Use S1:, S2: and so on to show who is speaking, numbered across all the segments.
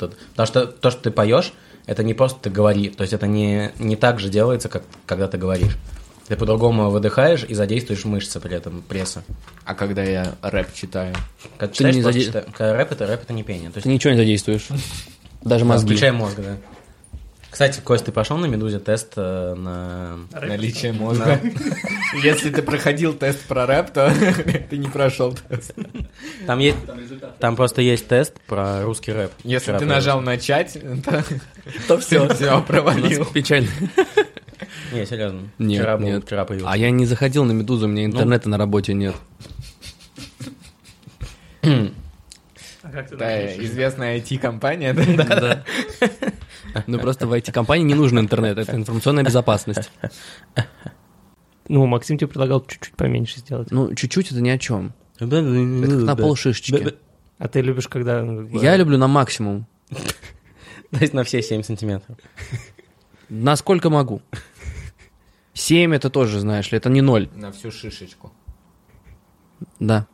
S1: Потому что то, что ты поешь, это не просто ты говори, то есть это не, не так же делается, как когда ты говоришь. Ты по-другому выдыхаешь и задействуешь мышцы при этом, пресса.
S2: А когда я рэп читаю,
S1: Когда
S3: Ты
S1: читаешь,
S3: не
S1: просто
S3: заде-
S1: чита- когда рэп это, рэп это не пение. То есть
S3: Ты ничего не задействуешь. Даже мозги.
S1: включай мозг, да. Кстати, Кость, ты пошел на Медузе тест э, на...
S2: наличие мозга. Если ты проходил тест про рэп, то ты не прошел тест.
S1: Там есть... Там просто есть тест про русский рэп.
S2: Если
S1: Вчера
S2: ты
S1: проверил.
S2: нажал начать, то
S3: То
S2: все, все провалил.
S3: Печально.
S1: Не, серьезно.
S3: Нет,
S1: вчера был-
S3: нет.
S1: вчера появился.
S3: А я не заходил на Медузу, у меня интернета на работе нет.
S4: А как ты там
S2: Да,
S4: пишешь?
S2: известная IT-компания, да?
S3: Да. Ну просто в IT-компании не нужен интернет, это информационная безопасность.
S4: Ну, Максим тебе предлагал чуть-чуть поменьше сделать.
S3: Ну, чуть-чуть это ни о чем. А, Это как на
S1: На
S3: полшишечки.
S4: А ты любишь, когда... ну, как бы-
S3: Я люблю на максимум.
S1: То есть на все 7 сантиметров.
S3: Насколько могу. Семь это тоже, знаешь ли, это не ноль.
S2: На всю шишечку.
S3: Да.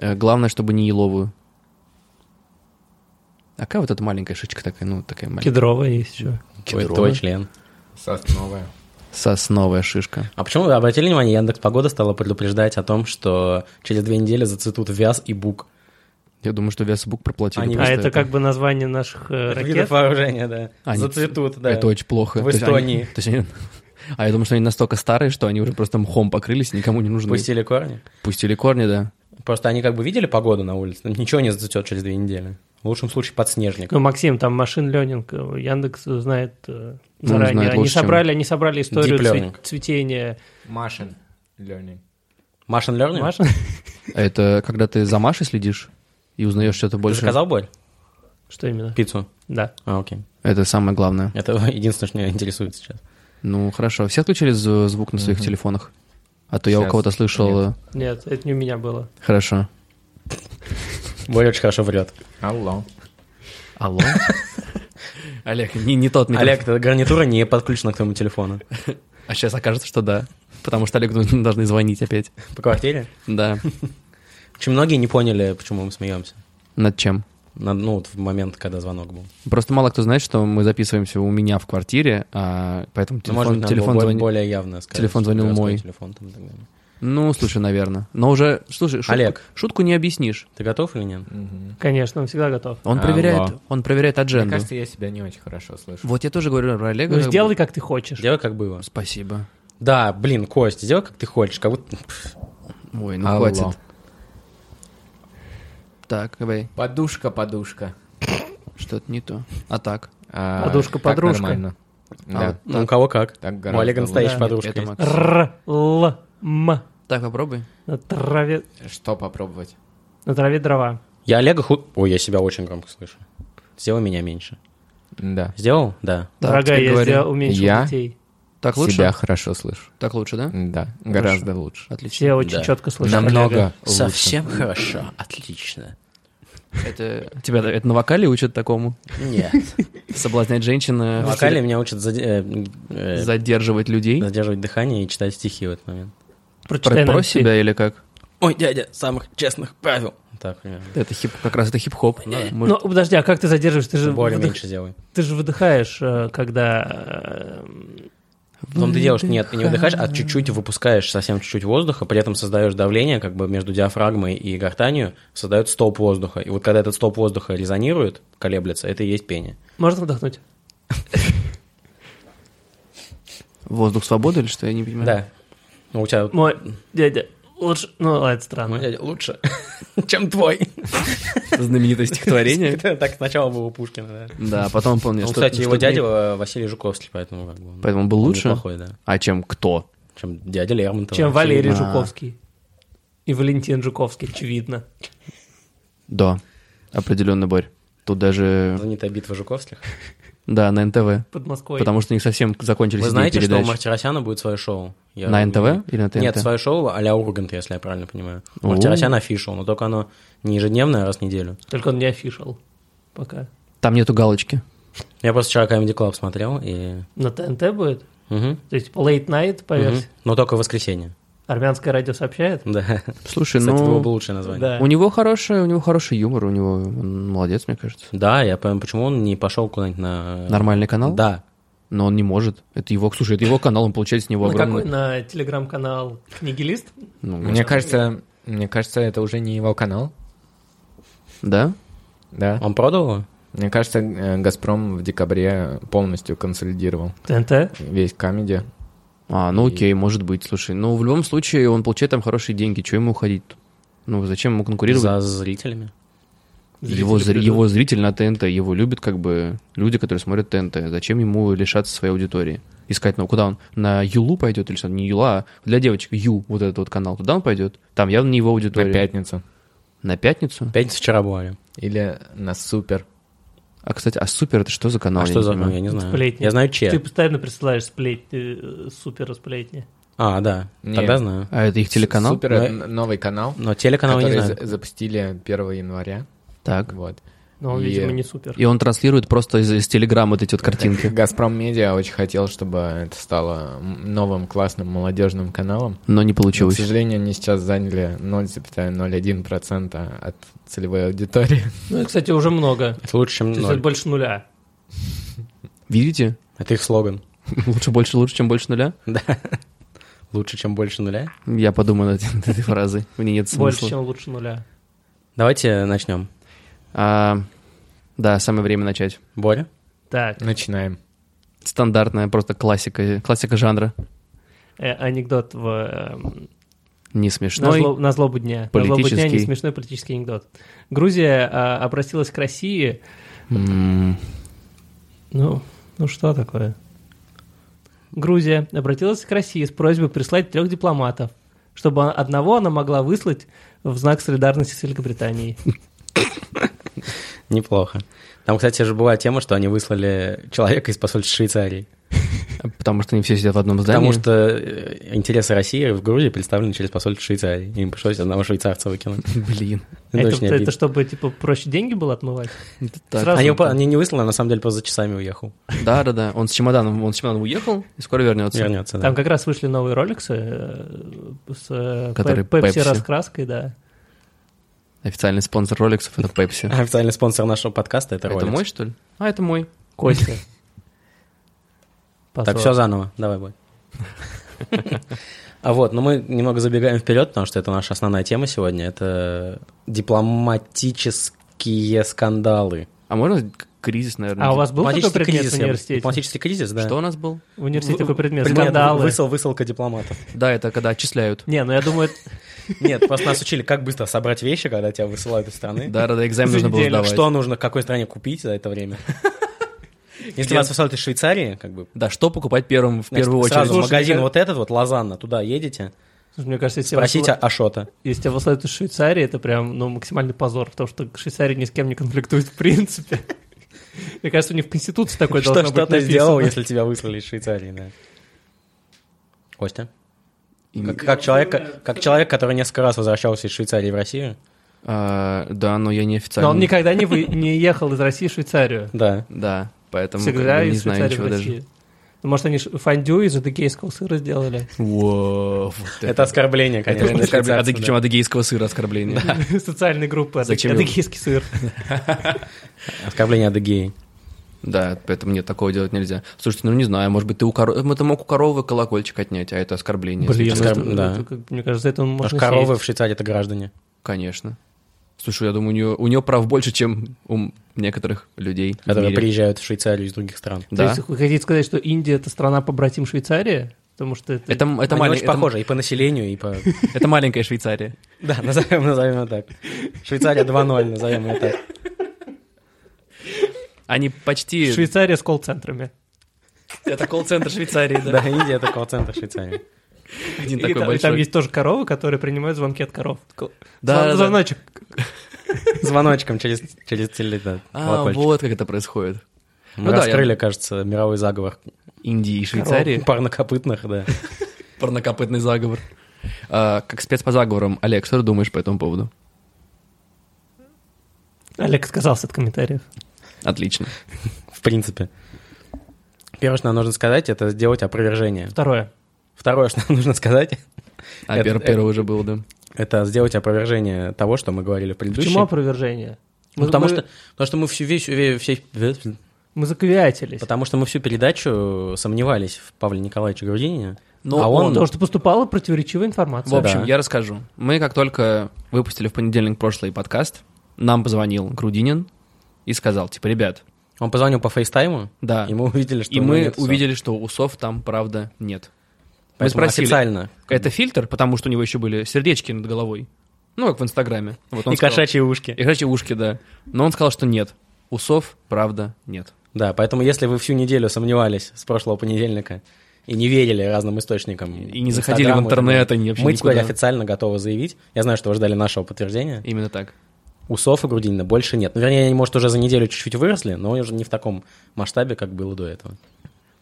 S3: Э, Главное, чтобы не еловую. А какая вот эта маленькая шишечка такая, ну, такая маленькая?
S4: Кедровая есть еще.
S1: Твой,
S3: Кедровая.
S1: твой член.
S2: Сосновая.
S3: Сосновая шишка.
S1: А почему вы обратили внимание, Яндекс Погода стала предупреждать о том, что через две недели зацветут вяз и бук.
S3: Я думаю, что Весбук проплатили.
S1: Они-
S4: А
S3: просто
S4: это как бы название наших э,
S1: Видов
S4: ракет.
S1: вооружения, да.
S3: А, нет.
S1: Зацветут, да.
S3: Это очень плохо.
S1: В
S3: То есть
S1: Эстонии.
S3: они- то есть они- А я думаю, что они настолько старые, что они уже просто мхом покрылись, никому не нужны.
S1: Пустили корни.
S3: Пустили корни, да.
S1: Просто они как бы видели погоду на улице, но ничего не зацветет через две недели. В лучшем случае подснежник.
S4: Ну, Максим, там машин ленинг Яндекс знает э,
S3: Ну,
S4: заранее.
S3: знает
S4: они,
S3: лучше, чем
S4: собрали, они собрали историю
S1: Deep
S4: цве-
S1: learning.
S4: цветения
S2: Машин, Learning.
S1: Машин Learning?
S4: машин.
S3: А Это когда ты за Машей следишь и узнаешь что-то
S1: Ты
S3: больше.
S1: заказал боль?
S4: Что именно?
S1: Пиццу?
S4: Да.
S1: А, окей.
S3: Это самое главное.
S1: Это единственное, что меня интересует сейчас.
S3: Ну, хорошо. Все отключили зв- звук на своих телефонах? А то я у
S2: Сейчас.
S3: кого-то слышал... э,
S4: Нет, это не у меня было.
S3: Хорошо.
S1: Боря очень хорошо врет.
S2: Алло.
S3: Алло? Олег, не, не тот микрофон.
S1: Олег, эта гарнитура не подключена к твоему телефону.
S3: А сейчас окажется, что да. Потому что Олегу должны звонить опять.
S1: По квартире?
S3: Да.
S1: Очень многие не поняли, почему мы смеемся.
S3: Над чем?
S1: На- ну, вот в момент, когда звонок был.
S3: Просто мало кто знает, что мы записываемся у меня в квартире, а поэтому
S1: Ну, может
S3: телефон,
S1: быть, надо было
S3: телефон
S1: более,
S3: звонит.
S1: более явно сказать.
S3: телефон
S1: что
S3: звонил
S1: городской
S3: мой.
S1: телефон там и так далее.
S3: Ну, слушай, наверное. Но уже, слушай, шутку,
S1: Олег.
S3: шутку не объяснишь.
S1: Ты готов или нет?
S4: Конечно, он всегда готов.
S3: Он
S2: Алло.
S3: проверяет, он проверяет
S2: Мне
S3: адженду.
S2: кажется, я себя не очень хорошо слышу.
S3: Вот я тоже говорю про Олега.
S4: Ну,
S3: как бы-
S4: сделай, как ты хочешь.
S1: Делай, как было.
S3: Спасибо.
S1: Да, блин, Кость, сделай, как ты хочешь. Как будто...
S3: Ой, ну
S2: Алло.
S3: хватит. Так, давай,
S2: Подушка, подушка.
S3: что-то не то. А так?
S2: А,
S4: Подушка,
S2: так
S4: подружка.
S2: нормально.
S3: А
S2: Да.
S3: вот
S1: Ну, у кого как.
S2: Так
S1: У
S2: гораздо
S1: Олега
S2: лучше.
S1: настоящая
S4: Да.
S1: подружка.
S3: Это
S1: есть.
S3: Макс.
S4: Р, л, м.
S3: Так, попробуй.
S4: На траве,
S2: Что попробовать?
S4: на траве дрова.
S1: Я Олега ху... Ой, я себя очень громко слышу. Сделай меня меньше.
S2: Да.
S1: Сделал? Да.
S3: Так,
S4: Дорогая,
S3: теперь
S4: я
S3: говори.
S4: сделал, уменьшил
S2: Я?
S4: детей.
S3: Так лучше?
S2: Себя хорошо слышу.
S3: Так лучше, да?
S2: Да, гораздо лучше.
S3: Отлично.
S4: Все очень
S1: Да.
S4: четко слышат. Олега.
S2: лучше.
S1: хорошо, отлично.
S3: Это тебя это на вокале учат такому?
S1: Нет.
S3: Соблазнять женщин, э,
S1: В
S3: в
S1: вокале меня учат заде- э,
S3: стиле
S1: э,
S3: задерживать людей.
S1: задерживать дыхание и читать стихи в этот момент.
S4: Прочитай
S3: Про,
S4: нам
S3: про
S4: стих.
S3: себя или как?
S1: Ой, дядя, самых честных правил. Так, примерно.
S3: Это хип, как раз это хип-хоп.
S4: Ну,
S3: Может,
S4: подожди, а как ты задерживаешь? Ты же,
S1: Более
S4: выдых-
S1: меньше сделай.
S4: ты же выдыхаешь, э, когда... э,
S1: Потом ты
S4: ну,
S1: делаешь, нет, ты не выдыхаешь, а чуть-чуть выпускаешь совсем чуть-чуть воздуха, при этом создаешь давление как бы между диафрагмой и гортанью, создает столб воздуха. И вот когда этот столб воздуха резонирует, колеблется, это и есть пение.
S4: Можно вдохнуть?
S3: Воздух свободы или что, я не понимаю?
S1: Да. Ну, у тебя...
S4: Мой дядя лучше... Ну, ладно, это странно.
S1: Мой дядя лучше, чем твой.
S3: Знаменитое стихотворение.
S1: Так сначала было у Пушкина, да.
S3: Да, потом помню,
S1: Ну,
S3: что...
S1: кстати, его
S3: что-то
S1: дядя
S3: мне-
S1: э, Василий Жуковский, поэтому как бы... он-
S3: Поэтому был
S1: он
S3: лучше?
S1: Неплохой, да.
S3: А чем кто?
S1: Чем дядя Лермонтов.
S4: Чем Валерий
S3: очевидно.
S4: Жуковский. И Валентин Жуковский, очевидно.
S3: Да, определенно, Борь. Тут даже,
S1: Занятая битва Жуковских.
S3: да, на НТВ.
S4: Под Москвой.
S3: Потому что у них совсем закончились
S1: Вы
S3: идеи
S1: знаете, что у
S3: передач.
S1: Мартиросяна будет свое шоу? Я
S3: На
S1: не-
S3: НТВ или на ТНТ?
S1: Нет, свое шоу а-ля Ургант, если я правильно понимаю.
S3: О.
S1: Мартиросян офишел, но только оно не ежедневное, а раз в неделю.
S4: Только он не афишал пока.
S3: Там нету галочки.
S1: Я просто вчера Comedy Club смотрел и...
S4: На ТНТ будет?
S1: Мгм,
S4: То есть late night по
S1: мгм.
S4: версии?
S1: Но только в воскресенье.
S4: Армянское радио сообщает?
S1: Да.
S3: Слушай,
S1: Кстати, было бы
S3: ну...
S1: лучшее название.
S4: Да.
S3: У него хороший, у него хороший юмор, у него он молодец, мне кажется.
S1: Да, я понимаю, почему он не пошел куда-нибудь на...
S3: Нормальный канал?
S1: Да.
S3: Но он не может. Это его, слушай, это его канал, он получает с него
S1: Ну,
S4: На какой?
S3: огромный...
S4: На телеграм-канал «Книгилист»?
S3: Ну,
S2: Мне кажется, мне кажется, это уже не его канал.
S3: Да?
S2: Да.
S1: Он продал его?
S2: Мне кажется, э, Газпром в декабре полностью консолидировал
S4: ТНТ?
S2: весь камеди.
S3: А, ну
S2: И-
S3: окей, может быть, слушай. Но в любом случае он получает там хорошие деньги, чего ему уходить? Ну, зачем ему конкурировать?
S1: За зрителями.
S3: Его,
S4: Зрители
S3: зри-
S4: придут.
S3: его зритель на ТНТ, его любят как бы люди, которые смотрят ТНТ. Зачем ему лишаться своей аудитории? Искать, ну, куда он? На Юлу пойдет или что? Не Юла, а для девочек Ю, вот этот вот канал. Туда он пойдет? Там явно не его
S2: На
S3: аудитория.
S2: пятницу.
S3: На пятницу?
S1: Пятница вчера бывали.
S2: Или на супер.
S3: А, кстати, а Супер это что за канал?
S1: а что за...
S3: понимаю.
S1: Я не знаю.
S4: Сплетни. Типа
S1: Я знаю, че.
S4: Ты постоянно присылаешь сплетни, э, супер сплетни.
S1: А, да.
S2: Не.
S1: Тогда знаю.
S3: А это их телеканал?
S2: Супер
S1: Но-
S2: это н- новый канал,
S1: Но телеканал я
S2: который
S1: не
S2: за-
S1: знаю.
S2: запустили 1 января.
S3: Так.
S2: Вот.
S4: Но он,
S2: И-
S4: видимо, не супер.
S3: И он транслирует просто из, из Телеграма вот эти вот картинки.
S2: Газпром Медиа очень хотел, чтобы это стало м- новым классным молодежным каналом.
S3: Но не
S2: Но, к
S3: получилось.
S2: сожалению, они сейчас заняли 0,01% от целевой аудитории.
S4: Ну, и, кстати, уже много.
S1: Это лучше, чем
S4: То есть это
S1: ноль.
S4: больше нуля.
S3: Видите?
S1: Это их слоган.
S3: Лучше больше, лучше, чем больше нуля.
S1: Лучше, чем больше нуля.
S3: Я подумаю над этой этой фразой. У нее нет
S4: Больше,
S3: смысла.
S4: чем лучше нуля.
S1: Давайте начнем.
S3: А, Да, самое время начать.
S1: Боря?
S4: Так,
S2: Начинаем.
S3: Стандартная просто классика, классика жанра.
S4: э, анекдот в... э,
S3: Не
S4: на,
S3: смешной.
S4: зло- на злобу дня. На злобу дня не
S3: политический.
S4: смешной политический анекдот. Грузия э, обратилась к России.
S3: М,
S4: Ну, ну что такое? Грузия обратилась к России с просьбой прислать трех дипломатов, чтобы одного она могла выслать в знак солидарности с Великобританией.
S1: Неплохо. Там, кстати, же была тема, что они выслали человека из посольства Швейцарии.
S3: Потому что они все сидят в одном здании.
S1: Потому что э, интересы России в Грузии представлены через посольство Швейцарии. Им пришлось одного швейцарца выкинуть. Ну,
S3: Блин.
S1: Это очень
S4: Это, это
S1: обидно.
S4: чтобы, типа, проще деньги было отмывать?
S3: это так.
S4: Сразу-
S1: Они упа- они не выслали, а на самом деле просто за часами уехал.
S3: Да, да, да. Он с чемоданом, он с чемоданом уехал и скоро вернется.
S1: Вернется, да.
S4: Там как раз вышли новые роликсы э, с э,
S3: Которые
S4: пеп- пепси
S3: Pepsi.
S4: раскраской, да.
S3: Официальный спонсор роликсов это Пепси.
S1: Официальный спонсор нашего подкаста — это
S3: Это
S1: Rolex.
S3: мой, что ли? А, это мой.
S4: Костя.
S1: Так, все заново. Давай, бой. А вот, но мы немного забегаем вперед, потому что это наша основная тема сегодня. Это дипломатические скандалы.
S3: А можно к- кризис, наверное?
S4: А у вас был такой
S1: Дипломатический
S4: предмет в
S1: кризис. я-
S4: университете?
S1: Дипломатический кризис, да.
S3: Что у нас был?
S4: В университете
S1: Вы-
S4: такой предмет.
S1: предмет
S4: Скандалы.
S1: высыл- высылка дипломатов.
S3: Да, это когда отчисляют.
S4: Не, ну я думаю, это-
S1: Нет, просто нас учили, как быстро собрать вещи, когда тебя высылают из страны.
S3: Да, да, да, экзамен
S1: За
S3: нужно было
S1: неделю.
S3: сдавать.
S1: Что нужно, какой стране купить за это время? Если вас высылают из Швейцарии, как бы,
S3: Да, что покупать первым в
S1: значит,
S3: первую очередь?
S1: сразу в
S4: Слушай,
S1: магазин
S4: я-
S1: вот этот, вот Лозанна, туда едете,
S4: слушай, мне кажется, если тебя
S1: просите
S4: высыла-
S1: Ашота.
S4: если тебя высылают из Швейцарии, это прям, ну, максимальный позор, потому что Швейцария ни с кем не конфликтует в принципе. Мне кажется, у них в Конституции такое
S1: Что,
S4: должно
S1: что
S4: быть
S1: ты сделал,
S4: написано.
S1: если тебя выслали из Швейцарии, да? Костя? Как, как человек, ко- как человек, который несколько раз возвращался из Швейцарии в Россию?
S3: А, да, но я не официально.
S4: Но он никогда не, вы- не ехал из России в Швейцарию.
S1: Да.
S3: Да, поэтому как
S4: Всегда
S3: бы не
S4: из
S3: знаю
S4: Швейцарии
S3: ничего
S4: в
S3: даже.
S4: Россию. Ну, Может, они ш- фондю из адыгейского сыра сделали?
S3: Воу, вот
S1: Это, оскорбление,
S3: Это
S1: конечно. для швейцарца,
S3: оскорбление. А Адыги-
S1: да.
S3: Причем адыгейского сыра оскорбление.
S4: Социальной группы а адыг-
S3: Зачем его?
S4: адыгейский сыр.
S1: Оскорбление адыгеи.
S3: Да, поэтому нет, такого делать нельзя. Слушайте, ну не знаю, может быть, ты у коровы... Это мог у коровы колокольчик отнять, а это оскорбление. если
S4: Блин,
S3: честно.
S4: ну
S1: скажем,
S4: это-
S1: да.
S4: это как- мне кажется, это
S1: Потому
S4: можно
S1: что коровы
S4: съесть.
S1: в Швейцарии — это граждане.
S3: Конечно. Слушай, я думаю, у нее, у нее прав больше, чем у м- некоторых людей в
S1: которые
S3: мире. Ну,
S1: приезжают в Швейцарию из других стран.
S4: То
S3: Да.
S4: есть вы хотите сказать, что Индия это страна побратим Швейцарии? Потому что это...
S3: Это, м- это,
S1: Они
S3: малень-
S1: очень
S3: это м-
S1: похожи и по населению, и по...
S3: это маленькая Швейцария.
S1: Да, назовем, назовем ее так. Швейцария 2.0, назовем ее так.
S3: Они почти...
S4: Швейцария с колл-центрами.
S3: Это колл-центр Швейцарии,
S1: Да, Индия — это колл-центр Швейцарии.
S3: Один
S4: И
S3: такой
S4: там, и
S3: большой.
S4: там есть тоже коровы, которые принимают звонки от коров.
S3: Да, да, да.
S4: Звоночек.
S1: Звоночком через, через теле, да,
S3: А,
S1: колокольчик.
S3: вот как это происходит.
S1: Мы
S3: Ну да, я-
S1: раскрыли, кажется, мировой заговор
S3: Индии и Швейцарии.
S1: парнокопытных, да.
S3: Парнокопытный заговор. А, как спец по заговорам. Олег, что ты думаешь по этому поводу?
S4: Олег отказался от комментариев.
S3: Отлично.
S1: В принципе. Первое, что нам нужно сказать, это сделать опровержение.
S4: Второе.
S1: Второе, что нам нужно сказать,
S3: А
S1: Это-
S3: первый первый уже был, да.
S1: это сделать опровержение того, что мы говорили в предыдущем.
S4: Почему опровержение?
S1: Ну, потому,
S4: мы,
S1: что, потому что мы всю вещь, ве- все-
S4: мы заковиатились.
S1: потому что мы всю передачу э, сомневались в Павле Николаевиче Грудинине.
S3: Ну,
S1: а он,
S4: Потому что поступала противоречивая информация.
S3: В общем,
S1: да.
S3: я расскажу. Мы как только выпустили в понедельник прошлый подкаст, нам позвонил Грудинин и сказал, типа, ребят,
S1: он позвонил по фейстайму,
S3: да.
S1: и мы увидели, что
S3: И
S1: у него
S3: мы
S1: нет усов.
S3: увидели, что усов там, правда, нет. Мы
S1: Поэтому
S3: спросили,
S1: официально.
S3: это фильтр, потому что у него еще были сердечки над головой. Ну, как в Инстаграме. Вот он
S1: И
S3: сказал-
S1: кошачьи ушки.
S3: И кошачьи ушки, да. Но он сказал, что нет. Усов, правда, нет.
S1: Да, поэтому если вы всю неделю сомневались с прошлого понедельника и не верили разным источникам.
S3: И не заходили в
S1: Инстаграму,
S3: интернет, и не- вообще
S1: Мы теперь
S3: никуда.
S1: официально готовы заявить. Я знаю, что вы ждали нашего подтверждения.
S3: Именно так.
S1: Усов и Грудинина больше нет. Ну, вернее, они, может, уже за неделю чуть-чуть выросли, но уже не в таком масштабе, как было до этого.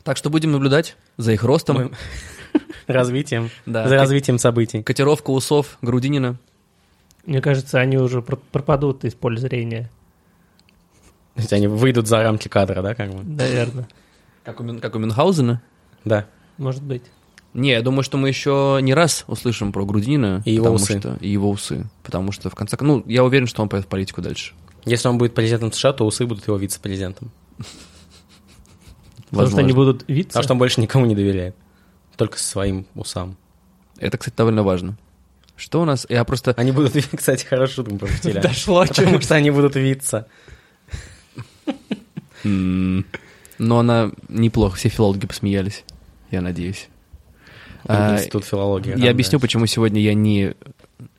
S3: Так что будем наблюдать за их ростом.
S1: Мы- Развитием.
S3: Да.
S1: За развитием событий.
S3: Котировка усов Грудинина.
S4: Мне кажется, они уже пр- пропадут из поля зрения.
S1: То есть они выйдут за рамки кадра, да, как бы?
S4: Наверное.
S3: Как у, Мюн- как у Мюнхгаузена.
S1: Да.
S4: Может быть.
S3: Не, я думаю, что мы еще не раз услышим про Грудинина.
S1: И его
S3: потому
S1: усы.
S3: Что, и его усы. Потому что в конце... кон- Ну, я уверен, что он пойдет в политику дальше.
S1: Если он будет президентом США, то усы будут его вице-президентом.
S4: Потому что
S3: Возможно.
S4: они будут видеться.
S1: Потому что он больше никому не доверяет. Только своим усам.
S3: Это, кстати, довольно важно. Что у нас? Я просто...
S1: Они будут, кстати, хорошую шутку мы пропустили.
S3: Дошло,
S1: Потому что они будут виться.
S3: М. Но она неплохо, все филологи посмеялись, я надеюсь. А,
S1: Институт филологии.
S3: я объясню, почему сегодня я не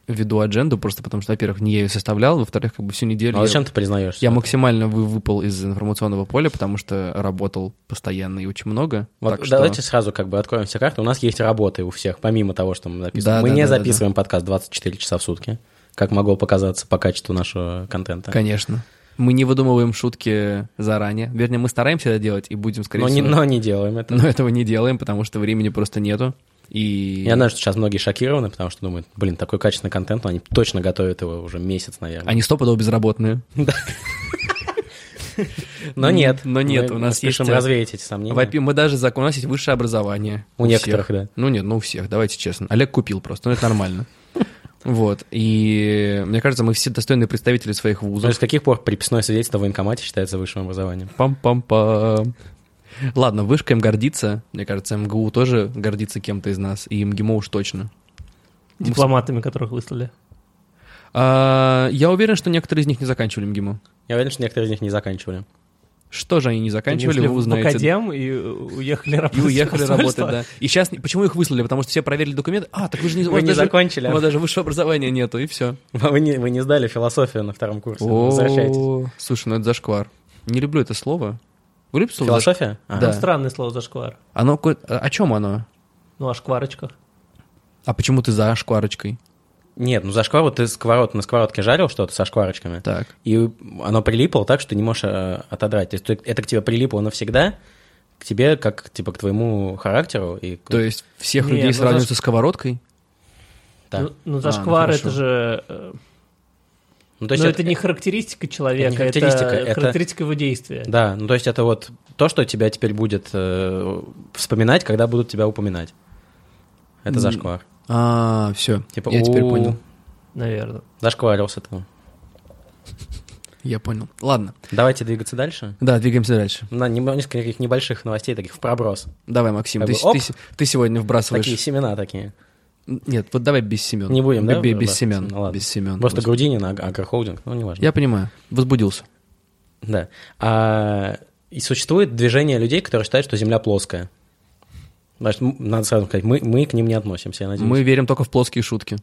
S3: веду адженду, просто потому что, во-первых, не я ее составлял, во-вторых, как бы всю неделю
S1: А
S3: я,
S1: зачем ты признаешься?
S3: я максимально вы- выпал из информационного поля, потому что работал постоянно и очень много.
S1: Вот
S3: так что-
S1: давайте сразу как бы откроем все карты. У нас есть работы у всех, помимо того, что мы записываем.
S3: Да,
S1: мы
S3: да,
S1: не
S3: да, да,
S1: записываем подкаст 24 часа в сутки, как могло показаться по качеству нашего контента.
S3: Конечно. Мы не выдумываем шутки заранее. Вернее, мы стараемся это делать и будем, скорее
S1: Но не,
S3: всего...
S1: но не делаем это.
S3: но этого не делаем, потому что времени просто нету. И...
S1: Я знаю, что сейчас многие шокированы, потому что думают, блин, такой качественный контент, но они точно готовят его уже месяц, наверное.
S3: Они стопудово безработные.
S1: Но нет.
S3: Но нет,
S1: мы-
S3: у
S1: мы
S3: нас
S1: спешим
S3: есть, э,
S1: развеять эти сомнения.
S3: Во-первых, мы даже закон, у нас есть высшее образование.
S1: У некоторых,
S3: всех.
S1: да.
S3: Ну нет, ну у всех, давайте честно. Олег купил просто, ну это нормально. Вот, и мне кажется, мы все достойные представители своих
S1: Ну,
S3: вузов.
S1: С каких пор приписное свидетельство в военкомате считается высшим образованием?
S3: Пам-пам-пам. Ладно, вышка им гордится. Мне кажется, МГУ тоже гордится кем-то из нас, и МГИМО уж точно.
S4: Дипломатами, которых выслали.
S3: А, я уверен, что некоторые из них не заканчивали МГИМО.
S1: Я уверен, что некоторые из них не заканчивали.
S3: Что же они не заканчивали,
S4: Они
S3: вы
S4: ушли в
S3: узнаете.
S4: академ и э, уехали
S3: И
S4: работать. в
S3: уехали
S4: посольство.
S3: работать, да. И сейчас, почему их выслали? Потому что все проверили документы. А, так вы же не, у
S1: Вы
S3: вас
S1: не
S3: даже-
S1: закончили.
S3: У
S1: а?
S3: вас даже высшего образования нету, и все.
S1: Вы не, вы не сдали философию на втором курсе.
S3: О,
S1: ну, Возвращайтесь.
S3: Слушай, ну это зашквар. Не люблю это слово. Вы любите слово зашквар?
S1: Философия? А.
S3: Да.
S4: Странное слово зашквар.
S3: Оно ко- а- О чем оно?
S4: Ну, о шкварочках.
S3: А почему ты за шкварочкой?
S1: Нет, ну за шквару ты сковород, на сковородке жарил что-то со шкварочками,
S3: Так.
S1: и оно прилипло так, что ты не можешь э, отодрать. То есть ты- это к тебе прилипло навсегда, к тебе как типа к твоему характеру и к-
S3: То есть всех
S4: Не,
S3: людей
S4: ну
S3: сравнивают
S4: заш-
S3: со сковородкой?
S1: Да.
S4: Ну, ну,
S3: А, ну,
S4: зашквар
S3: хорошо.
S4: это же... э,
S1: Ну, то
S4: Но
S1: есть
S4: это не характеристика человека,
S1: это не характеристика, это-
S4: это характеристика его действия.
S1: Да, ну то есть это вот то, что тебя теперь будет э, вспоминать, когда будут тебя упоминать. Это
S3: М.
S1: зашквар.
S3: А, все.
S1: Типа,
S3: я теперь
S1: «У,
S3: понял.
S4: Наверное.
S1: Зашкварился ты.
S3: Я понял. Ладно.
S1: Давайте двигаться дальше.
S3: Да, двигаемся дальше.
S1: На не- несколько таких небольших новостей, таких в проброс.
S3: Давай, Максим,
S1: Как
S3: ты,
S1: бы,
S3: с-
S1: оп.
S3: ты с- ты сегодня вбрасываешь.
S1: Такие семена такие.
S3: Н- Нет, вот давай без семен.
S1: Не будем, да,
S3: Без,
S1: выбрасывать?
S3: семян.
S1: Ну, ладно.
S3: Без семян.
S1: Просто Грудинин, Аг- агрохолдинг, ну неважно.
S3: Я понимаю. Возбудился.
S1: Да. А, и существует движение людей, которые считают, что Земля плоская. Значит, м- надо сразу сказать, мы, мы к ним не относимся, я надеюсь.
S3: Мы верим только в плоские шутки.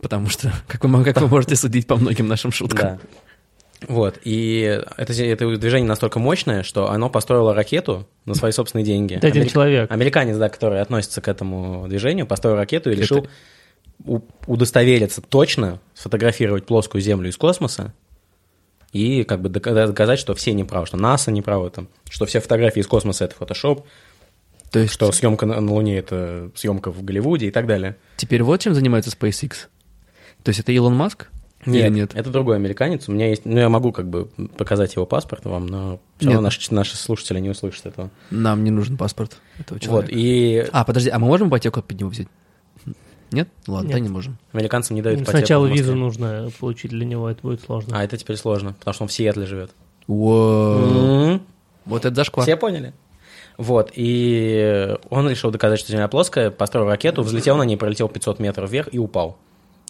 S3: Потому что, как вы, мо- как вы можете судить по многим нашим шуткам.
S1: Да. Вот, и это, зе- это движение настолько мощное, что оно построило ракету на свои собственные деньги.
S4: Это один
S1: Америк-
S4: человек.
S1: Американец, да, который относится к этому движению, построил ракету и
S3: Это-
S1: решил у- удостовериться точно, сфотографировать плоскую Землю из космоса и как бы дока- доказать, что все неправы, что НАСА неправы, там, что все фотографии из космоса – это фотошоп,
S3: То есть,
S1: что съемка на, на Луне – это съемка в Голливуде и так далее.
S3: Теперь вот чем занимается SpaceX. То есть это Илон Маск? Или нет?
S1: это другой американец. У меня есть... Ну, я могу как бы показать его паспорт вам, но все
S3: Нет.
S1: равно наши, наши слушатели не услышат этого.
S3: Нам не нужен паспорт этого
S1: Вот,
S3: человека.
S1: и
S3: А, подожди, а мы можем ипотеку под него взять? Нет? Ладно,
S4: Нет.
S3: да не можем.
S1: американцам не дают
S4: Ну,
S1: ипотеку
S4: Сначала
S1: в Москве.
S4: визу нужно получить для него, это будет сложно.
S1: А это теперь сложно, потому что он в Сиэтле живет.
S3: Воу.
S1: М.
S3: Вот это зашквар.
S1: Все поняли? Вот, и он решил доказать, что Земля плоская, построил ракету, взлетел на ней, пролетел 500 метров вверх и упал.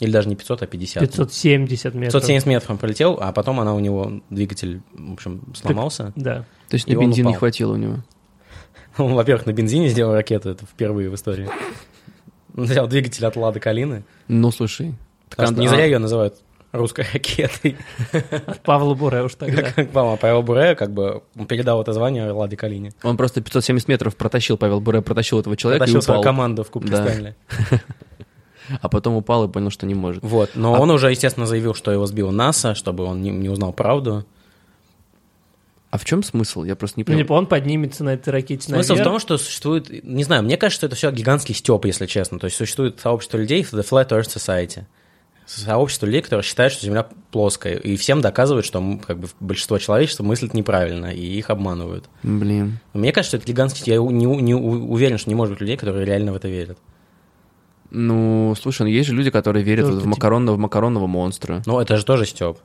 S1: Или даже не 500, а 50.
S4: 570 метров.
S1: 570 метров он пролетел, а потом она у него, двигатель, в общем, сломался.
S4: Да.
S3: То есть
S1: И
S3: на
S1: он
S3: бензин не
S1: упал.
S3: хватило у него.
S1: Он, во-первых, на бензине сделал ракету, это впервые в истории. Он взял двигатель от Лады Калины.
S3: Ну, слушай.
S1: Потому
S3: Так
S1: что
S3: она-
S1: не зря ее называют русской ракетой.
S4: От Павла Буре уж тогда.
S1: Как мама Павел Буре, как бы, он передал это звание Ладе Калине.
S3: а, Он просто 570 метров протащил, Павел Буре протащил этого человека
S1: Протащил
S3: и упал.
S1: свою команду в Кубке
S3: Да.
S1: Стэнли.
S3: А потом упал и понял, что не может.
S1: Вот, но
S3: А-
S1: он уже, естественно, заявил, что его сбил НАСА, чтобы он не, не узнал правду.
S3: А в чем смысл? Я просто не
S4: Ну,
S3: понял.
S4: не он поднимется на этой ракете наверх.
S1: Смысл в том, что существует, не знаю, мне кажется, что это все гигантский степ, если честно. То есть существует сообщество людей в The Flat Earth Society. Сообщество людей, которые считают, что Земля плоская, и всем доказывают, что м, как бы, большинство человечества мыслит неправильно, и их обманывают.
S3: Блин.
S1: Мне кажется, что это гигантский, стёб. я у- не, у- не у- уверен, что не может быть людей, которые реально в это верят.
S3: Ну, слушай, ну есть же люди, которые верят
S4: Ну,
S3: вот в,
S4: это тип-
S3: макаронного,
S1: типа?
S3: в макаронного монстра.
S1: Но это же тоже степ.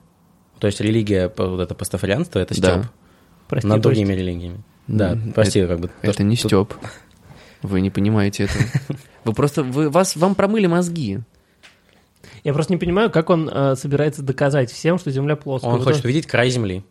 S1: То есть религия, по- вот это пастафарианство, это степ
S3: Да.
S4: Прости,
S1: над
S4: Костя.
S1: другими религиями. Да,
S3: М,
S1: прости, как бы. то,
S3: Это
S1: что
S3: не
S1: тут-
S3: Степ. Вы не понимаете этого. Вы просто, вы, вас, вам промыли мозги.
S4: Я просто не понимаю, как он э, собирается доказать всем, что Земля плоская.
S1: Он
S4: Вот
S1: хочет увидеть край Земли,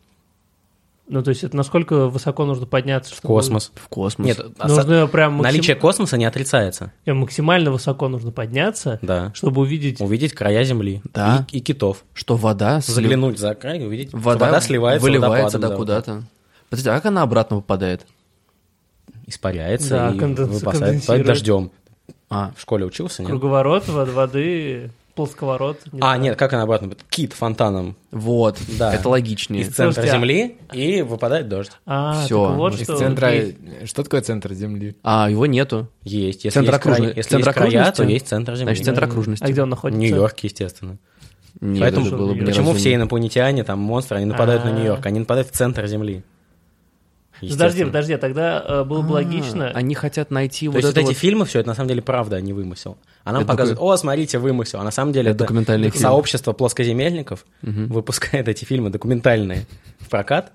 S4: Ну, то есть, это насколько высоко нужно подняться, чтобы...
S1: космос.
S3: В космос.
S1: Нет, а со-
S4: Нужно прям максим-
S1: наличие космоса не отрицается.
S4: э, максимально высоко нужно подняться,
S1: Да.
S4: чтобы увидеть...
S1: Увидеть края Земли
S3: Да.
S1: и, и китов.
S3: Что вода слив-
S1: Заглянуть за край и увидеть,
S3: Вода,
S1: что вода сливается
S3: выливается
S1: водопадом,
S3: да,
S1: да,
S3: куда-то. Подожди, а как она обратно выпадает?
S1: Испаряется
S4: Да,
S1: и
S4: конденс-
S1: выпасает
S4: конденсирует.
S1: дождем.
S3: А,
S1: В школе учился, нет?
S4: Круговорот, вод- воды, плосковорот. не
S1: А,
S4: знаю.
S1: нет, как она обратно? Кит фонтаном
S3: вот,
S1: Да.
S3: это логичнее.
S1: из центра
S4: Слушайте, а-
S1: Земли и выпадает дождь.
S4: А,
S3: Всё,
S4: так вот
S3: из
S2: Из
S4: что...
S2: центра...
S4: окей.
S2: Что такое центр Земли?
S3: А, его нету.
S1: Есть. Если
S3: Центр
S1: есть, края-
S3: окружности.
S1: если
S3: Центр
S1: есть края, то
S3: окружности?
S1: есть центр Земли.
S3: Значит, центр окружности.
S4: А где он находится?
S1: Нью-Йорк, естественно.
S3: Нет,
S1: Поэтому
S3: это было бы
S1: почему
S3: неразумно.
S1: все инопланетяне, там монстры, они нападают
S4: А.
S1: на Нью-Йорк, они нападают в центр Земли.
S4: Подожди,
S1: Естественно.
S4: подожди, а тогда э, было бы
S3: А,
S4: логично...
S3: Они хотят найти
S1: То
S3: вот
S1: есть вот
S3: это
S1: эти
S3: вот...
S1: фильмы, все это на самом деле правда, а не вымысел. А нам
S3: Это
S1: показывают, о, смотрите, вымысел. А на самом деле
S3: Это документальный фильм.
S1: сообщество плоскоземельников выпускает эти фильмы документальные в прокат,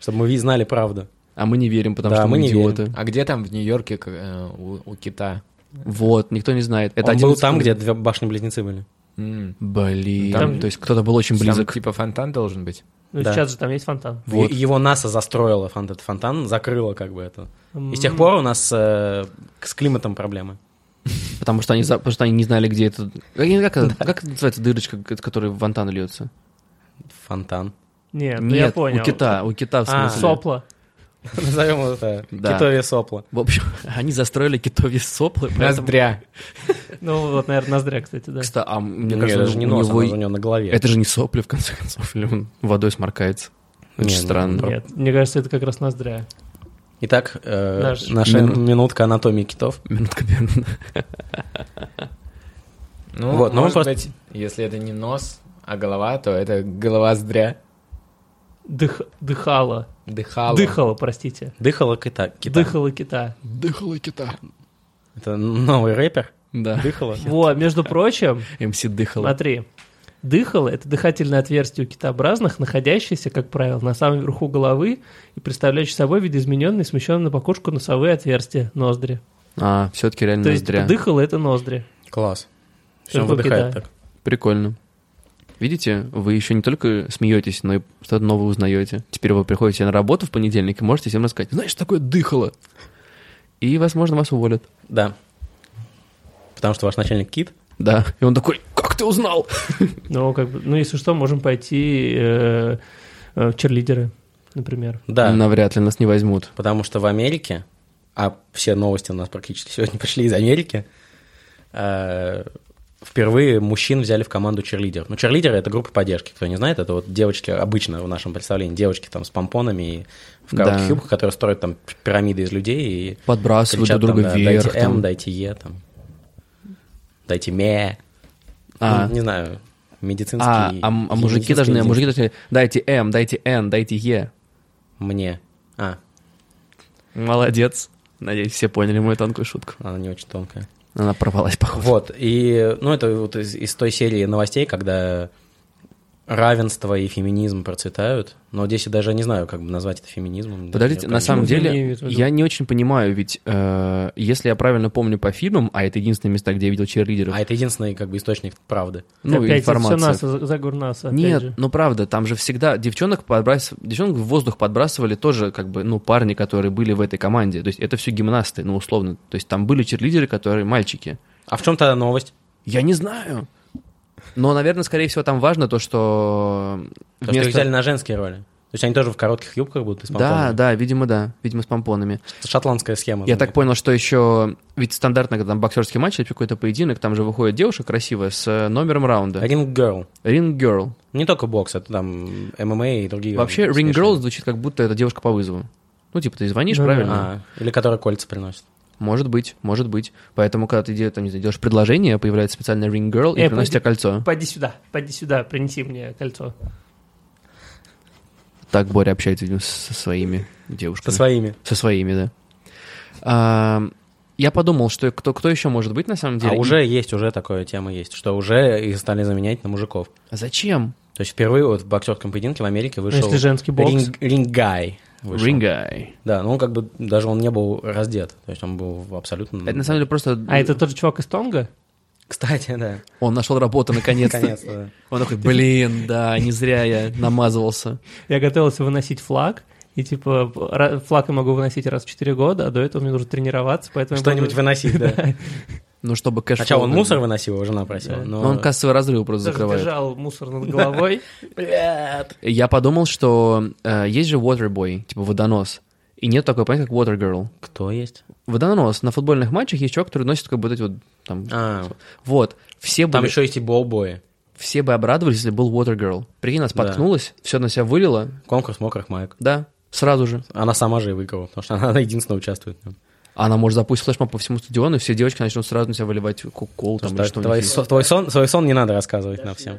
S1: чтобы мы ви- знали правду.
S3: А мы не верим, потому
S1: Да,
S3: что мы,
S1: мы не
S3: идиоты.
S2: А где там в Нью-Йорке к- э, у, у кита?
S3: Вот, никто не знает. Это
S1: Он
S3: один
S1: был
S3: из-
S1: там, где две башни-близнецы были.
S2: М.
S3: Блин,
S2: Там-
S3: то есть кто-то был очень близок.
S2: Там, типа фонтан должен быть?
S4: Ну,
S1: да.
S4: сейчас же там есть фонтан.
S3: Вот.
S1: И Его НАСА застроила, фон- этот фонтан закрыла как бы это. И с тех пор у нас э, с климатом проблемы.
S3: Потому что они, за- потому что они не знали, где это... Как, как это- как это называется дырочка, от которой в фонтан льется?
S1: Фонтан.
S4: Нет, ну я понял.
S3: у кита, у кита в
S1: А,
S3: смысле.
S4: Сопла.
S1: Назовем это
S3: Да.
S1: китове сопло.
S3: В общем, они застроили китовье соплы, поэтому...
S2: Ноздря.
S4: Ну, вот, наверное, ноздря, кстати, да.
S3: Кста- а, мне
S1: Мне
S3: кажется,
S1: кажется, даже не
S3: у
S1: нос,
S3: него-
S1: оно же у него на голове.
S3: Это же не сопли, в конце концов, или он водой сморкается. Очень
S1: Не, ну,
S3: странно.
S4: Нет, мне кажется, это как раз ноздря.
S1: Итак, э,
S4: Наш-
S1: наша
S3: Мин-
S1: минутка анатомии китов.
S3: Минутка, блин.
S2: Ну,
S1: Вот,
S2: вот,
S1: но мы
S2: может
S1: просто-
S2: быть, если это не нос, а голова, то это голова здря.
S4: Дых... Дыхало.
S2: Дыхало.
S4: Дыхало, простите.
S1: Дыхало кита. кита.
S4: Дыхало кита.
S3: Дыхало кита.
S1: Это новый рэпер.
S3: Да,
S1: Дыхало.
S4: Во, между прочим,
S3: МС дыхало.
S4: смотри. Дыхало – это дыхательное отверстие у китообразных, находящееся, как правило, на самом верху головы и представляющее собой видоизмененные, смещенные по кошку носовые отверстия, ноздри.
S3: А, все-таки реально
S4: То есть
S3: ноздря.
S4: типа, дыхало – это ноздри.
S1: Класс. Все,
S4: Только
S1: выдыхает
S4: кита.
S1: так.
S3: Прикольно. Видите, вы еще не только смеетесь, но и что-то новое узнаете. Теперь вы приходите на работу в понедельник и можете всем рассказать, знаешь, что такое дыхало. И, возможно, вас уволят.
S1: Да. Потому что ваш начальник кит.
S3: Да. И он такой, как ты узнал?
S4: Ну, как бы, ну, если что, можем пойти э, э, в черлидеры, например.
S1: Да.
S3: Навряд ли нас не возьмут.
S1: Потому что в Америке, а все новости у нас практически сегодня пришли из Америки, э, впервые мужчин взяли в команду черлидеров. Ну, черлидеры – это группа поддержки, кто не знает, это вот девочки, обычно в нашем представлении, девочки там с помпонами и в коротких
S3: Да.
S1: юбках, которые строят там пирамиды из людей и
S3: Подбрасывают
S1: кричат
S3: друг
S1: там,
S3: друга
S1: да,
S3: вверх.
S1: дайте
S3: там.
S1: М, дайте Е, там, дайте Ме.
S3: А,
S1: Ну, Не знаю, Медицинский.
S3: А, а, а мужики
S1: медицинский
S3: должны, а
S1: день.
S3: мужики должны, дайте М, дайте Н, дайте Е.
S1: Мне. А,
S3: Молодец. Надеюсь, все поняли мою тонкую шутку.
S1: она не очень тонкая.
S3: Она порвалась, похоже.
S1: Вот, и, ну, это вот из, из той серии новостей, когда равенство и феминизм процветают, но здесь я даже не знаю, как бы назвать это феминизмом.
S3: Подождите, на
S1: Даже не
S3: самом
S1: понимаю.
S4: Почему ты не
S3: деле,
S4: имеешь в виду?
S3: я не очень понимаю, ведь э, если я правильно помню по фильмам, а это единственные места, где я видел чирлидеров,
S1: А это единственный, как бы, источник правды.
S3: ну,
S4: опять
S3: информация.
S4: все НАСА, за- заговор НАСА. опять
S3: Нет,
S4: же.
S3: ну правда, там же всегда девчонок подбрас... девчонок в воздух подбрасывали тоже, как бы, ну, парни, которые были в этой команде. То есть это все гимнасты, ну, условно. То есть там были черлидеры, которые мальчики.
S1: А в чем тогда новость?
S3: Я не знаю. Но, наверное, скорее всего, там важно то, что...
S1: То, что
S3: вместо-
S1: их взяли на женские роли. То есть они тоже в коротких юбках будут из
S3: Да,
S1: помпонов?
S3: да, видимо, да. Видимо, с помпонами.
S1: Шотландская схема.
S3: Я так понял, что еще... Ведь стандартно, когда там боксерский матч, это какой-то поединок, там же выходит девушка красивая с э, номером раунда.
S1: Ring Girl.
S3: Ring Girl.
S1: Не только бокс, это там ММА и другие.
S3: Вообще, Ring
S1: смешанные.
S3: Girl звучит, как будто это девушка по вызову. Ну, типа, ты звонишь,
S4: Да-да.
S3: правильно?
S1: А, или которые кольца приносят.
S3: Может быть, может быть. Поэтому, когда ты делаешь, там, не знаю, делаешь предложение, появляется специальная ring girl и
S4: Э,
S3: приносит тебе кольцо.
S4: Пойди сюда, пойди сюда, принеси мне кольцо.
S3: Так Боря общается видимо, со своими девушками.
S1: Со своими.
S3: Со своими, да. А, я подумал, что кто, кто еще может быть на самом деле.
S1: А уже есть, уже такая тема есть, что уже их стали заменять на мужиков.
S3: И- А Зачем?
S1: То есть впервые вот в боксерском поединке в Америке
S3: Ну,
S1: вышел...
S4: если женский бокс?
S1: Ринг- Рингай. вышел.
S3: Ring guy.
S1: Да, ну он как бы даже он не был раздет. То есть он был в абсолютно...
S3: Это на самом деле просто...
S4: А это тот же чувак из Тонга?
S1: Кстати, да.
S3: Он нашел работу наконец-то.
S1: Наконец-то, да.
S3: Он такой, блин, да, не зря я намазывался.
S4: Я готовился выносить флаг, и типа ра- флаг я могу выносить раз в 4 года, а до этого мне нужно тренироваться, поэтому... я
S1: Что-нибудь
S4: буду-
S1: выносить, да.
S3: Ну, чтобы кэш...
S1: Сначала он мусор выносил, его жена просила.
S4: Да.
S1: Но...
S3: Но он кассовый разрыв просто
S4: Даже
S3: закрывает.
S4: держал мусор над головой.
S3: Я подумал, что э, есть же Waterboy, типа водонос. И нет такой понятия, как Water Girl.
S1: Кто есть?
S3: Водонос. На футбольных матчах есть чувак, который носит как бы вот эти вот там...
S1: А,
S3: Вот. Все,
S1: там
S3: были-
S1: еще есть и болбои.
S3: все бы обрадовались, если был Water Girl. Прикинь, она споткнулась, все на себя вылила.
S1: Конкурс мокрых маек.
S3: Да, сразу же.
S1: Она сама же и выиграла, потому что она единственная участвует. в нем.
S3: Она может запустить флешмоб по всему стадиону, и все девочки начнут сразу на себя выливать кока-колу там или
S1: Потому что
S3: что-нибудь.
S1: твой, со- твой сон, свой сон не надо рассказывать на всем.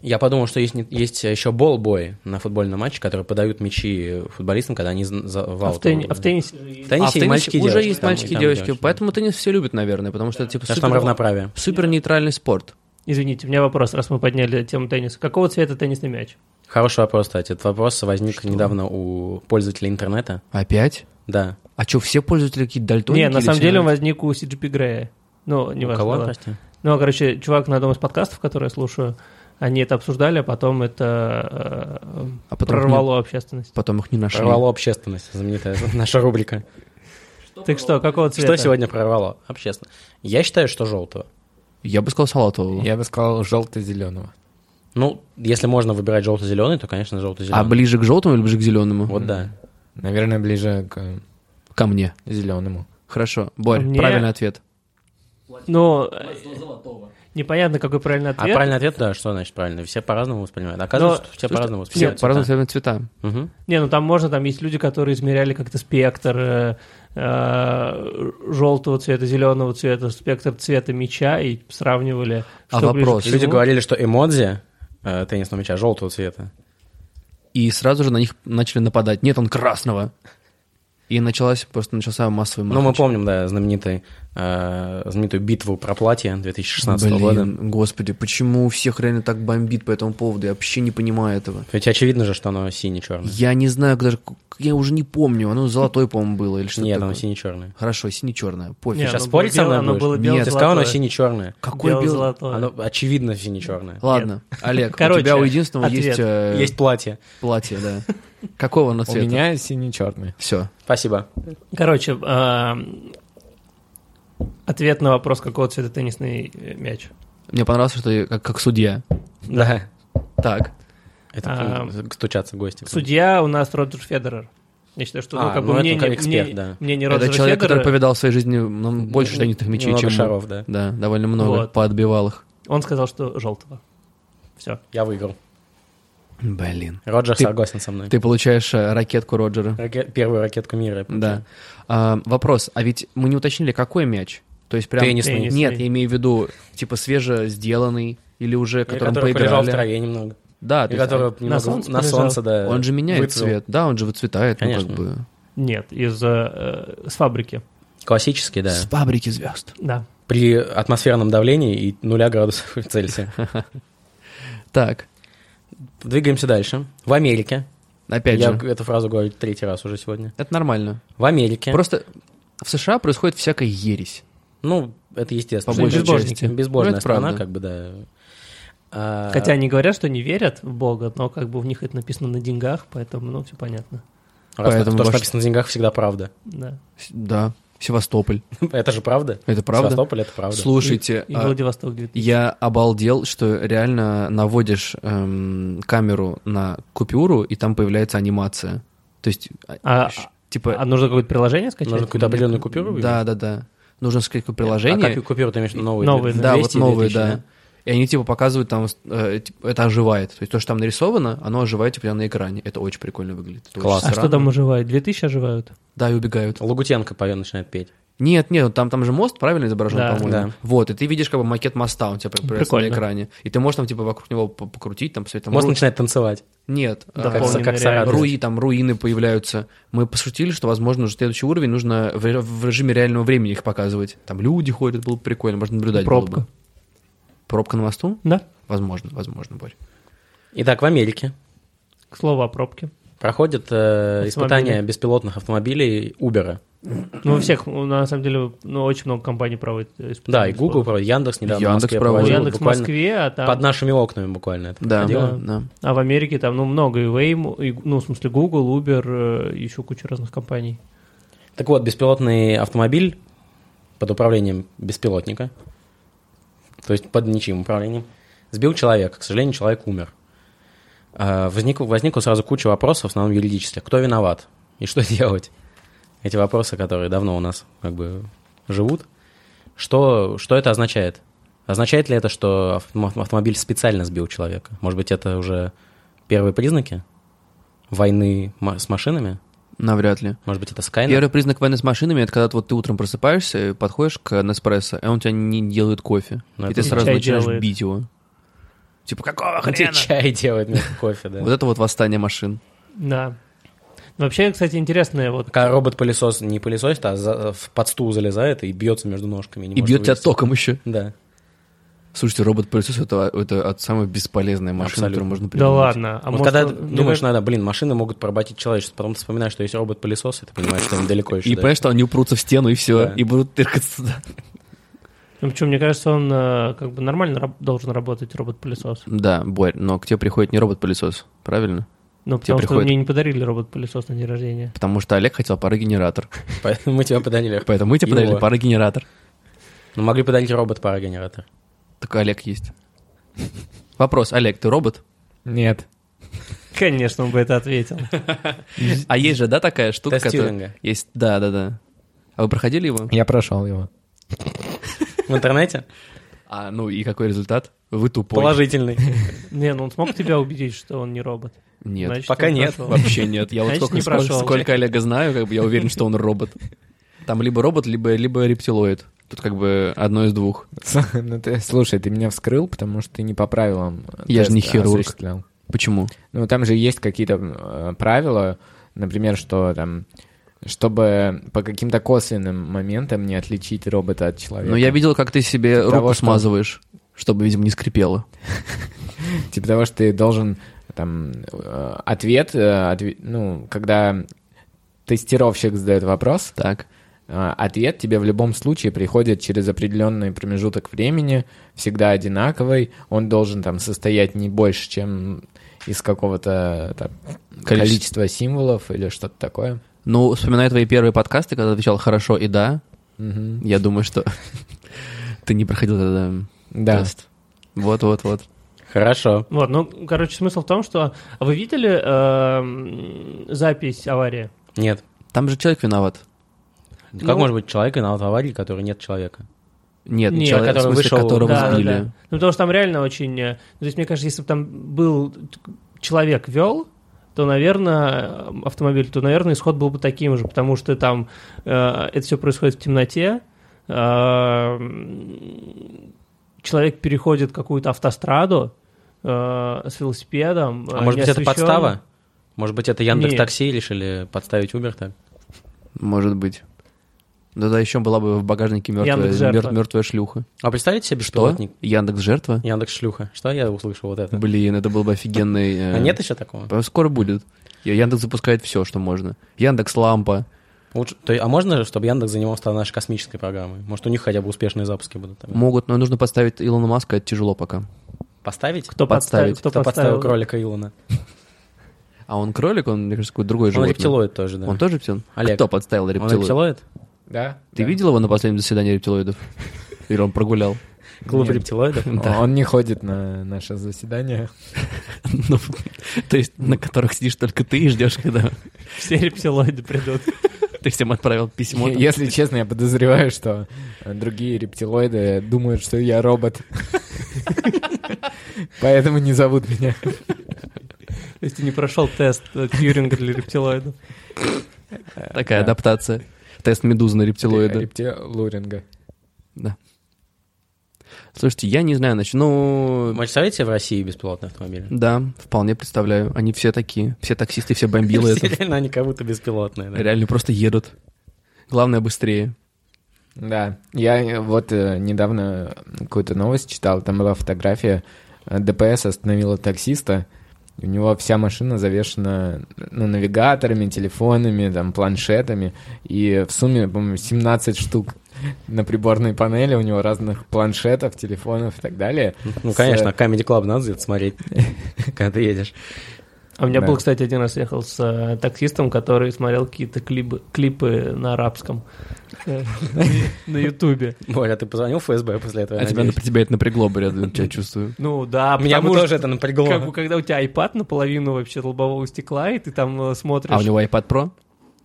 S1: Я подумал, что есть, не- есть еще болбои на футбольном матче, которые подают мячи футболистам, когда они за- за
S4: А
S1: вал.
S4: в тени- а в теннисе...
S1: В теннисе
S3: а в
S4: же-
S1: и
S3: теннисе
S1: мальчики и
S3: уже
S1: девочки,
S3: есть
S1: там-
S3: мальчики и
S1: там
S3: девочки,
S1: девочки.
S3: поэтому теннис все любят, наверное, потому что это типа
S1: Потому что там равноправие.
S3: супер нейтральный спорт.
S4: Извините, у меня вопрос, раз мы подняли тему тенниса. Какого цвета теннисный мяч?
S1: Хороший вопрос, кстати. Этот вопрос возник недавно у пользователей интернета.
S3: Опять?
S1: Да.
S3: А что, все пользователи какие-то дальтоники?
S4: Не, на
S3: или
S4: самом
S3: все
S4: деле он
S3: нравится?
S4: возник у CGP Грея. Ну, не
S1: у
S4: важно.
S1: кого,
S4: ладно.
S1: прости?
S4: Ну, короче, чувак на одном из подкастов, который я слушаю, они это обсуждали, а потом это э,
S3: А потом
S4: прорвало общественность.
S3: Потом их не нашли.
S1: Прорвало общественность, знаменитая наша рубрика.
S4: Так что, какого цвета?
S1: Что сегодня прорвало? Общественно. Я считаю, что желтого.
S3: Я бы сказал салатового.
S2: Я бы сказал желто-зеленого.
S1: Ну, если можно выбирать желто-зеленый, то, конечно, желто-зеленый.
S3: А ближе к желтому или ближе к зеленому?
S1: Вот да.
S2: Наверное, ближе к
S3: Ко мне.
S2: зеленому.
S3: Хорошо. Борь,
S4: Ко мне.
S3: правильный ответ.
S4: Ну, э, непонятно, какой правильный
S1: А
S4: ответ.
S1: правильный ответ, да, что значит правильно? Все по-разному воспринимают. Оказывается,
S4: Но-
S1: что все
S4: слушай,
S1: по-разному
S3: Все
S1: воспринимают.
S3: по-разному цвета. цвета.
S1: Мгм.
S4: Не, ну там можно, там есть люди, которые измеряли как-то спектр э, э, желтого цвета, зеленого цвета, спектр цвета мяча и сравнивали.
S3: А
S4: что ближе
S3: вопрос?
S4: к
S1: Люди
S4: чему.
S1: говорили, что эмодзи э, теннисного мяча желтого цвета.
S3: И сразу же на них начали нападать. Нет, он красного. И началась просто начался массовый
S1: Ну, мы
S3: махач.
S1: помним, да, знаменитый, э, знаменитую битву про платье 2016
S3: Блин,
S1: года.
S3: господи, почему у всех реально так бомбит по этому поводу? Я вообще не понимаю этого.
S1: Ведь очевидно же, что оно сине-черное.
S3: Я не знаю, даже к- я уже не помню. Оно золотой, по-моему, было или что
S1: Нет,
S3: такое.
S1: оно сине-черное.
S3: Хорошо, сине-черное. Пофиг.
S4: Не,
S1: Сейчас
S4: оно
S1: спорить
S4: было
S1: со мной
S4: белое, оно
S1: будешь?
S4: было
S1: Нет,
S4: белое,
S1: ты сказал, оно
S4: золотое.
S1: сине-черное.
S3: Какой
S4: Белое,
S3: белый?
S4: золотое.
S1: Оно очевидно сине-черное.
S3: Ладно, Олег, у
S4: Короче,
S3: тебя у единственного есть,
S4: ответ.
S3: э,
S1: Есть платье.
S3: платье, да. Какого оно
S2: У
S3: цвета?
S2: меня синий-черный.
S3: Все.
S1: Спасибо.
S4: Короче, эм, ответ на вопрос, какого цвета теннисный э, мяч.
S3: Мне понравилось, что ты как, как судья.
S1: Да.
S3: Так. А,
S1: Это м, стучатся гости.
S4: Судья у нас Роджер Федерер. Я считаю, что, ну,
S1: А,
S4: как
S1: ну,
S4: бы
S1: это
S4: мнение,
S1: как эксперт,
S4: мнение-
S1: да.
S4: мнение
S3: это
S4: Роджера
S3: человек,
S4: Федерера,
S3: который повидал в своей жизни ну, больше штанитых мячей,
S1: Немного
S3: чем мы.
S1: шаров, да.
S3: Да, довольно много
S4: Вот.
S3: поотбивал их.
S4: он сказал, что желтого. Все.
S1: Я выиграл.
S3: Блин.
S1: Роджер
S3: Ты-
S1: согласен со мной.
S3: Ты получаешь э, ракетку Роджера.
S1: Раке- Первую ракетку мира. я получил.
S3: Да. А, вопрос, а ведь мы не уточнили, какой мяч? То есть прям...
S1: Теннисный.
S4: Теннисный.
S3: Нет, я имею в виду, типа, свежесделанный, Или уже,
S1: Или
S3: которым
S1: который полежал в
S3: поиграли.
S1: траве немного.
S3: Да, то
S1: И
S3: есть
S1: который
S4: на
S1: немного
S4: солнце
S1: на
S4: полежал.
S1: солнце, да.
S3: он же меняет
S1: выцвел.
S3: цвет. Да, он же выцветает, ну,
S1: Конечно.
S3: как бы.
S4: Нет, из э, э, с фабрики.
S1: Классический, да.
S3: С фабрики звезд.
S4: Да.
S1: При атмосферном давлении и нуля градусов Цельсия.
S3: Так,
S1: Двигаемся дальше. В Америке.
S3: опять
S1: Я
S3: же,
S1: эту фразу говорю третий раз уже сегодня.
S3: это нормально.
S1: В Америке.
S3: Просто в США происходит всякая ересь.
S1: Ну, это естественно.
S3: По большей
S1: Безбожники.
S3: части.
S1: Безбожная
S3: Ну, это
S1: страна,
S3: правда.
S1: как бы, да. А,
S4: Хотя они говорят, что не верят в Бога, но как бы у них это написано на деньгах, поэтому, ну, все понятно.
S1: раз
S3: поэтому
S1: то, что
S3: ваш-
S1: написано на деньгах, всегда правда.
S4: Да.
S3: С- Да, Севастополь.
S1: это же правда.
S3: Это правда?
S1: Севастополь — это правда.
S3: Слушайте,
S4: И, и
S3: а,
S4: Владивосток 2000.
S3: я обалдел, что реально наводишь эм, камеру на купюру, и там появляется анимация. То есть, а-
S4: А-
S3: щ- типа...
S4: А нужно какое-то приложение скачать?
S1: Нужно какую-то определенную купюру
S3: да, да, да. Нужно сказать какое
S1: А
S3: приложение.
S1: копию купюру ты имеешь в виду новые?
S4: Новые,
S1: две-
S3: да,
S1: 200,
S3: вот новые,
S1: 2000,
S3: да. И они типа показывают там, э, типа, это оживает. То есть то, что там нарисовано, оно оживает типа, прямо на экране. Это очень прикольно выглядит. Это очень
S1: Класс.
S4: А что
S3: странно.
S4: там оживает? 2000 оживают?
S3: Да, и убегают.
S1: Лагутенко поет, начинает петь.
S3: Нет, нет, там, там же мост правильно изображен,
S4: Да.
S3: по-моему.
S1: Да.
S3: Вот, и ты видишь как бы макет моста у тебя появляется на
S4: Прикольно.
S3: экране. И ты можешь там типа вокруг него по- покрутить, там посмотреть. Там
S1: Может,
S3: ру-
S1: начинает танцевать.
S3: Нет,
S4: Да,
S3: э,
S1: Как, с-
S4: Дополненная
S1: как Саратов.
S4: реальность.
S3: руи, там руины появляются. Мы пошутили, что, возможно, уже следующий уровень нужно в, ре- в режиме реального времени их показывать. Там люди ходят, было бы прикольно, можно наблюдать. было бы.
S4: Пробка.
S3: Пробка на мосту?
S4: Да.
S3: Возможно, возможно, Борь.
S1: Итак, в Америке
S4: К слову о пробке.
S1: проходят э,
S4: Автомобили.
S1: испытания беспилотных автомобилей Uber.
S4: Ну, у всех, ну, на самом деле, ну, очень много компаний проводит э, испытания.
S1: Да, и Google проводит, Яндекс недавно в
S3: Яндекс
S1: Москве
S3: проводит.
S4: Вот
S1: проводил,
S4: Яндекс в
S1: буквально
S4: Москве, а там...
S1: под нашими окнами буквально это
S3: Да,
S1: проходило.
S3: да, да.
S4: А в Америке там, ну, много и Waymo, и, ну, в смысле, Google, Uber, э, еще куча разных компаний.
S1: Так вот, беспилотный автомобиль под управлением беспилотника, то есть под ничьим управлением, сбил человека. К сожалению, человек умер. А, Возник, возникла сразу куча вопросов, в основном юридических. Кто виноват и что делать? Эти вопросы, которые давно у нас как бы живут. Что, что это означает? Означает ли это, что авто- автомобиль специально сбил человека? Может быть, это уже первые признаки войны ма- с машинами?
S3: Навряд ли.
S1: Может быть, это Skynet?
S3: Первый признак войны с машинами это когда ты вот ты утром просыпаешься и подходишь к Неспрессо, и он у тебя не делает кофе.
S1: Ну,
S3: и
S1: это
S3: ты сразу
S4: чай
S3: начинаешь
S4: делает.
S3: бить его. Типа, какого
S1: Он тебе
S3: хрена?
S1: чай делает вместо кофе, да.
S3: Вот это вот восстание машин.
S4: Да. Ну, Вообще, кстати, интересная вот...
S1: Когда робот-пылесос не пылесосит, а за- в под стул залезает и бьется между ножками. не
S3: И
S1: может
S3: бьет тебя
S1: вылезти.
S3: током еще.
S1: Да.
S3: Слушайте, робот-пылесос это, это от самой бесполезной машины,
S1: Абсолютно.
S3: которую можно
S4: Да
S3: придумать.
S4: ладно. А
S1: вот
S4: может,
S1: когда
S4: он-
S1: ты
S4: мне
S1: думаешь,
S4: кажется-
S1: надо, блин, машины могут поработить человечество, потом ты вспоминаешь, что есть робот-пылесос, и ты понимаешь, что он далеко еще.
S3: И понимаешь, что они упрутся в стену, и все,
S1: Да.
S3: и будут тыркаться туда.
S4: Ну, Причем, мне кажется, он э, как бы нормально раб- должен работать робот-пылесос.
S3: Да, Борь, но к тебе приходит не робот-пылесос, правильно?
S4: Ну, потому что
S3: приходит-
S4: мне не подарили робот-пылесос на день рождения.
S3: Потому что Олег хотел парогенератор.
S1: Поэтому мы тебя подарили.
S3: Поэтому мы тебе подарили
S1: Его.
S3: парогенератор.
S1: Ну, могли подарить робот-парогенератор.
S3: Только Олег есть. Вопрос, Олег, ты робот?
S2: Нет.
S4: Конечно, он бы это ответил.
S3: А есть же, да, такая штука,
S1: Тест
S3: которая-
S1: Тьюринга.
S3: Есть, да, да, да. А вы проходили его?
S2: Я прошел его.
S1: В интернете?
S3: А, ну и какой результат? Вы тупой.
S1: Положительный.
S4: Не, ну он смог тебя убедить, что он не робот?
S3: Нет,
S4: Значит,
S1: пока
S4: он
S1: нет.
S4: прошел.
S3: вообще нет. Я вот
S4: Значит,
S3: сколько,
S4: не
S3: сколько-
S4: прошел.
S3: сколько Олега знаю, как бы я уверен, что он робот. Там либо робот, либо, либо рептилоид. Тут как бы одно из двух.
S2: Ну, ты- Слушай, ты меня вскрыл, потому что ты не по правилам.
S3: Я же не
S2: тест
S3: хирург.
S2: осуществлял.
S3: Почему?
S2: Ну, там же есть какие-то э, правила, например, что там, чтобы по каким-то косвенным моментам не отличить робота от человека.
S3: Ну, я видел, как ты себе
S2: Того,
S3: руку
S2: что-
S3: смазываешь, чтобы, видимо, не скрипело.
S2: Типа того, что ты должен там э, ответ, э, отве- ну, когда тестировщик задает вопрос,
S3: Так.
S2: э, ответ тебе в любом случае приходит через определенный промежуток времени, всегда одинаковый, он должен там состоять не больше, чем из какого-то там,
S3: Количество.
S2: количества символов или что-то такое.
S3: Ну, вспоминая твои первые подкасты, когда ты отвечал «хорошо» и «да»,
S2: Мгм.
S3: я думаю, что ты не проходил тогда
S2: Да.
S3: тест. Вот-вот-вот.
S1: Хорошо.
S4: Вот, ну, короче, смысл в том, что... А вы видели эм, запись аварии?
S1: Нет.
S3: Там же человек виноват.
S1: Как
S4: Ну.
S1: может быть человек виноват в аварии, который нет человека?
S3: Нет,
S4: Нет,
S3: человек,
S1: который
S3: в смысле,
S1: вышел-
S3: которого
S4: Да, да,
S3: сбили.
S4: да. Ну, потому что там реально очень... э, ну, То есть, мне кажется, если бы там был... т- Человек вел, то, наверное, э, автомобиль, то, наверное, исход был бы таким же, потому что там э, это все происходит в темноте, э, м, человек переходит какую-то автостраду э, с велосипедом.
S1: А
S4: э,
S1: может быть, это
S4: неосвещенным.
S1: подстава? Может быть, это Яндекс
S4: Нет.
S1: Такси решили подставить Uber так?
S3: Может быть. Да, да, еще была бы в багажнике мертвая,
S4: Яндекс.Жертва.
S3: мертвая шлюха.
S1: А представьте себе
S3: Что?
S1: беспилотник?
S3: Яндекс жертва?
S1: Яндекс Шлюха. Что я услышал вот это?
S3: Блин, это был бы офигенный... э,
S1: А нет еще такого?
S3: по- Скоро будет. Я- Яндекс запускает все, что можно. Яндекс лампа.
S1: Лучше- то есть- а можно, же, чтобы Яндекс занимался нашей космической программой? Может, у них хотя бы успешные запуски будут? там?
S3: Могут, но нужно подставить Илона Маска, это тяжело пока.
S1: Поставить?
S4: Кто
S3: Подставить.
S4: подставил?
S1: Кто подставил кролика Илона?
S3: А он кролик, он, мне кажется, какой-то другой
S1: Он
S3: животное.
S1: рептилоид тоже, да.
S3: Он тоже рептилоид?
S1: Олег.
S3: Кто подставил
S1: Он
S3: рептилоид?
S1: рептилоид?
S2: Да?
S3: Ты
S2: Да.
S3: видел его на последнем заседании рептилоидов? Или он прогулял?
S1: Клуб
S2: Нет.
S1: рептилоидов?
S2: Он не ходит на наше заседание.
S3: Ну, То есть, на которых сидишь только ты и ждешь, когда
S4: Все рептилоиды придут.
S3: ты всем отправил письмо. там.
S2: Если честно, я подозреваю, что э, другие рептилоиды думают, что я робот. Поэтому не зовут меня.
S4: То есть ты не прошел тест э, Тьюринга для рептилоидов.
S3: Такая
S2: Да.
S3: адаптация. Тест медузы на рептилоида.
S2: Рептилуринга.
S3: Да. Слушайте, я не знаю, значит, ну...
S1: Вы представляете себе в России беспилотные автомобили?
S3: Да, вполне представляю. Они все такие. Все таксисты, все бомбилы.
S1: Все
S3: это
S1: Реально, они как будто беспилотные. да.
S3: Реально просто едут. Главное, быстрее.
S2: Да, я э, вот э, недавно какую-то новость читал, там была фотография, э, ДПС остановила таксиста, и у него вся машина завешена ну, навигаторами, телефонами, там, планшетами, и в сумме, по-моему, 17 штук на приборной панели у него разных планшетов, телефонов и так далее.
S1: Ну,
S2: С-
S1: конечно, Comedy Club надо это смотреть, когда ты едешь.
S4: А у меня
S2: Да.
S4: был, кстати, один раз ехал с э, таксистом, который смотрел какие-то клипы, клипы на арабском э, на Ютубе.
S1: Боря, а ты позвонил в ФСБ после этого?
S3: А
S1: я
S3: тебя,
S1: надеюсь? А
S3: напр- тебя это напрягло бы рядом, я чувствую. А
S4: Ну да,
S1: Меня бы
S4: потому
S1: тоже
S4: что,
S1: это
S4: как бы,
S1: напрягло.
S4: когда у тебя iPad наполовину вообще лобового стекла, и ты там э, смотришь...
S3: А у него iPad Pro?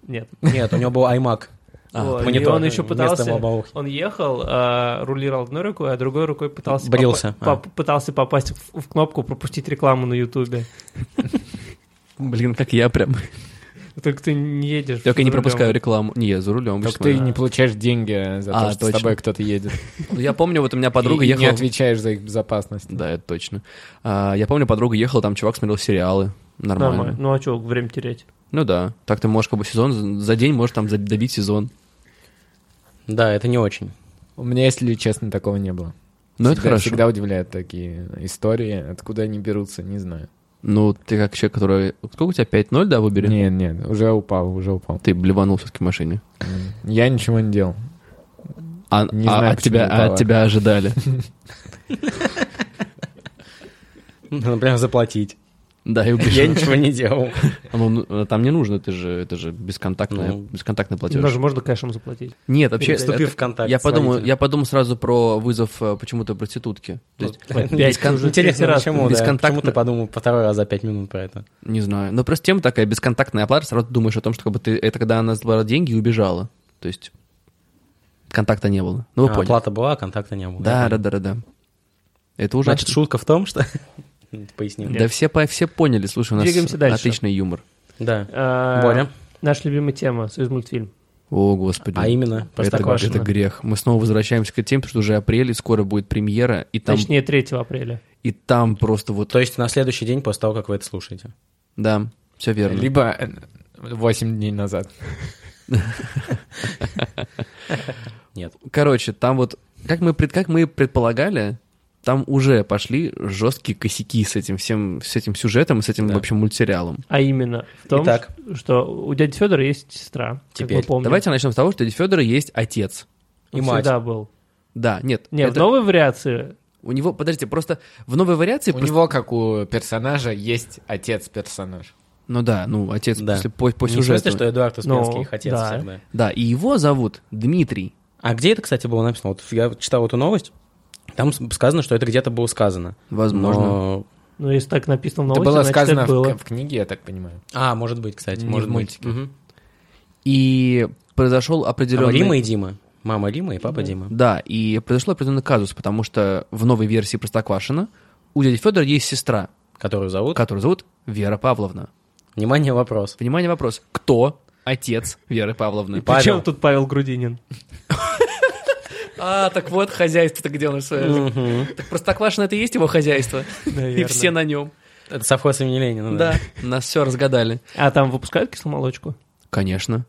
S4: Нет.
S1: Нет, у него был iMac.
S3: А,
S4: Вот, и
S1: монитор
S4: он еще
S1: вместо
S4: пытался...
S1: лобовухи.
S4: Он ехал, э, рулировал одной рукой, а другой рукой пытался...
S1: Брился,
S4: попа-
S1: а.
S4: поп- Пытался попасть в, в кнопку «Пропустить рекламу на Ютубе».
S3: Блин, как я прям.
S4: Только ты не едешь.
S3: Только я не
S4: за рулем.
S3: пропускаю рекламу. Не, я за рулем. обычно
S2: Только ты
S3: смотрю.
S2: не получаешь деньги за
S3: А,
S2: то, что
S3: точно.
S2: с тобой кто-то едет.
S3: Ну, Я помню, вот у меня подруга
S2: и, и не
S3: ехала...
S2: отвечаешь за их безопасность.
S3: Да, это точно. А, Я помню, подруга ехала, там чувак смотрел сериалы.
S4: Нормально.
S3: Нормально.
S4: Ну а что, время терять?
S3: Ну да. Так ты можешь как бы сезон... за- За день можешь там за- добить сезон.
S1: Да, это не очень.
S2: У меня, если честно, такого не было.
S3: Ну это
S2: Всегда-
S3: хорошо.
S2: Всегда удивляют такие истории, откуда они берутся, не знаю.
S3: Ну, ты как человек, который... Сколько у тебя? 5-0, да, выбери?
S2: Нет, нет, уже упал, уже упал.
S3: Ты блеванул все-таки в машине.
S2: Я ничего не делал.
S3: А,
S2: Не
S3: а
S2: знаю,
S3: от,
S2: почему
S3: тебя,
S2: не
S3: а
S2: дала.
S3: от тебя ожидали.
S1: Например, заплатить.
S3: Да, и
S1: Я
S3: убежал.
S1: ничего не делал.
S3: А, ну, ну, Там не нужно, это же, это же бесконтактная-
S1: Ну.
S3: бесконтактный
S4: Ну,
S3: платеж.
S4: Даже можно кэшем заплатить.
S3: Нет, вообще...
S1: Вступи
S3: это-
S1: в контакт.
S3: Я
S1: с
S3: подумал,
S1: водителем.
S3: я подумал сразу про вызов э, почему-то проститутки. То есть,
S1: Бескон-
S4: уже третий
S1: Ну, Интересно,
S4: раз.
S1: почему, да?
S3: Бесконтактно.
S1: Почему ты подумал по второй раз за пять минут про это?
S3: не знаю. Но просто тема такая, бесконтактная оплата, сразу ты думаешь о том, что как бы ты, это когда она забрала деньги и убежала. То есть контакта не было. Ну, вы
S1: А,
S3: поняли.
S1: Оплата была, а контакта не было.
S3: Да, да, да, да, да. Это ужасно.
S1: Значит, шутка в том, что... Поясним.
S3: да все, по- все поняли, слушай, у нас
S4: Двигаемся дальше.
S3: отличный юмор.
S1: Да.
S4: А,
S1: Боря.
S4: Наша любимая тема из мультфильм.
S3: О, господи.
S1: А именно,
S3: это,
S1: Простоквашино.
S3: это грех. Мы снова возвращаемся к теме, потому что уже апрель, и скоро будет премьера, и там,
S4: Точнее, 3 апреля.
S3: и там просто вот...
S1: То есть на следующий день после того, как вы это слушаете.
S3: Да, все верно.
S2: Либо э, восемь дней назад.
S1: Нет.
S3: Короче, там вот, как мы, пред- как мы и предполагали, там уже пошли жесткие косяки с этим всем, с этим сюжетом и с этим
S1: Да.
S3: вообще мультсериалом.
S4: А именно в том,
S1: Итак.
S4: что у дяди Федора есть сестра.
S1: Теперь.
S4: Как мы помним.
S3: Давайте начнем с того, что у Федора есть отец.
S4: Он
S1: И мать.
S4: всегда был.
S3: Да, нет.
S4: Не, в
S3: это-
S4: новой вариации
S3: У него, подождите, просто в новой вариации...
S2: У
S3: просто-
S2: него, как у персонажа, есть отец-персонаж.
S3: Ну да, ну отец
S1: Да.
S3: после- по, по
S1: Не в
S3: сюжету.
S1: смысле, что Эдуард Успенский
S4: Ну,
S1: их отец
S4: да.
S1: всегда.
S3: Да, и его зовут Дмитрий.
S1: А где это, кстати, было написано? Вот я читал эту новость, там с- сказано, что это где-то было сказано.
S3: Возможно.
S1: Но-
S4: Ну, если так написано в
S2: Это
S4: новости,
S2: было
S4: значит,
S2: сказано
S4: так
S2: в,
S4: было.
S2: к- в книге, я так понимаю.
S1: А, может быть, кстати.
S2: Не
S1: может быть.
S2: в мультике.
S1: Мгм.
S3: И произошел
S1: Там
S3: определенный...
S1: Рима и Дима. Мама Рима и папа Дима.
S3: Да, и произошел определенный казус, потому что в новой версии Простоквашина у дяди Федора есть сестра,
S1: Которую зовут.
S3: которую зовут Вера Павловна.
S1: Внимание, вопрос.
S3: Внимание, вопрос. Кто отец Веры
S4: И
S3: Павловны?
S1: Павел.
S4: при чем тут Павел Грудинин?
S5: А, так вот хозяйство-то где у нас. э, Так Простоквашино это и есть его хозяйство. И
S4: Наверное.
S5: все на нем.
S1: Это совхоз имени
S3: Ну
S1: Ленина.
S5: Да, нас все разгадали.
S4: А там выпускают кисломолочку?
S3: Конечно.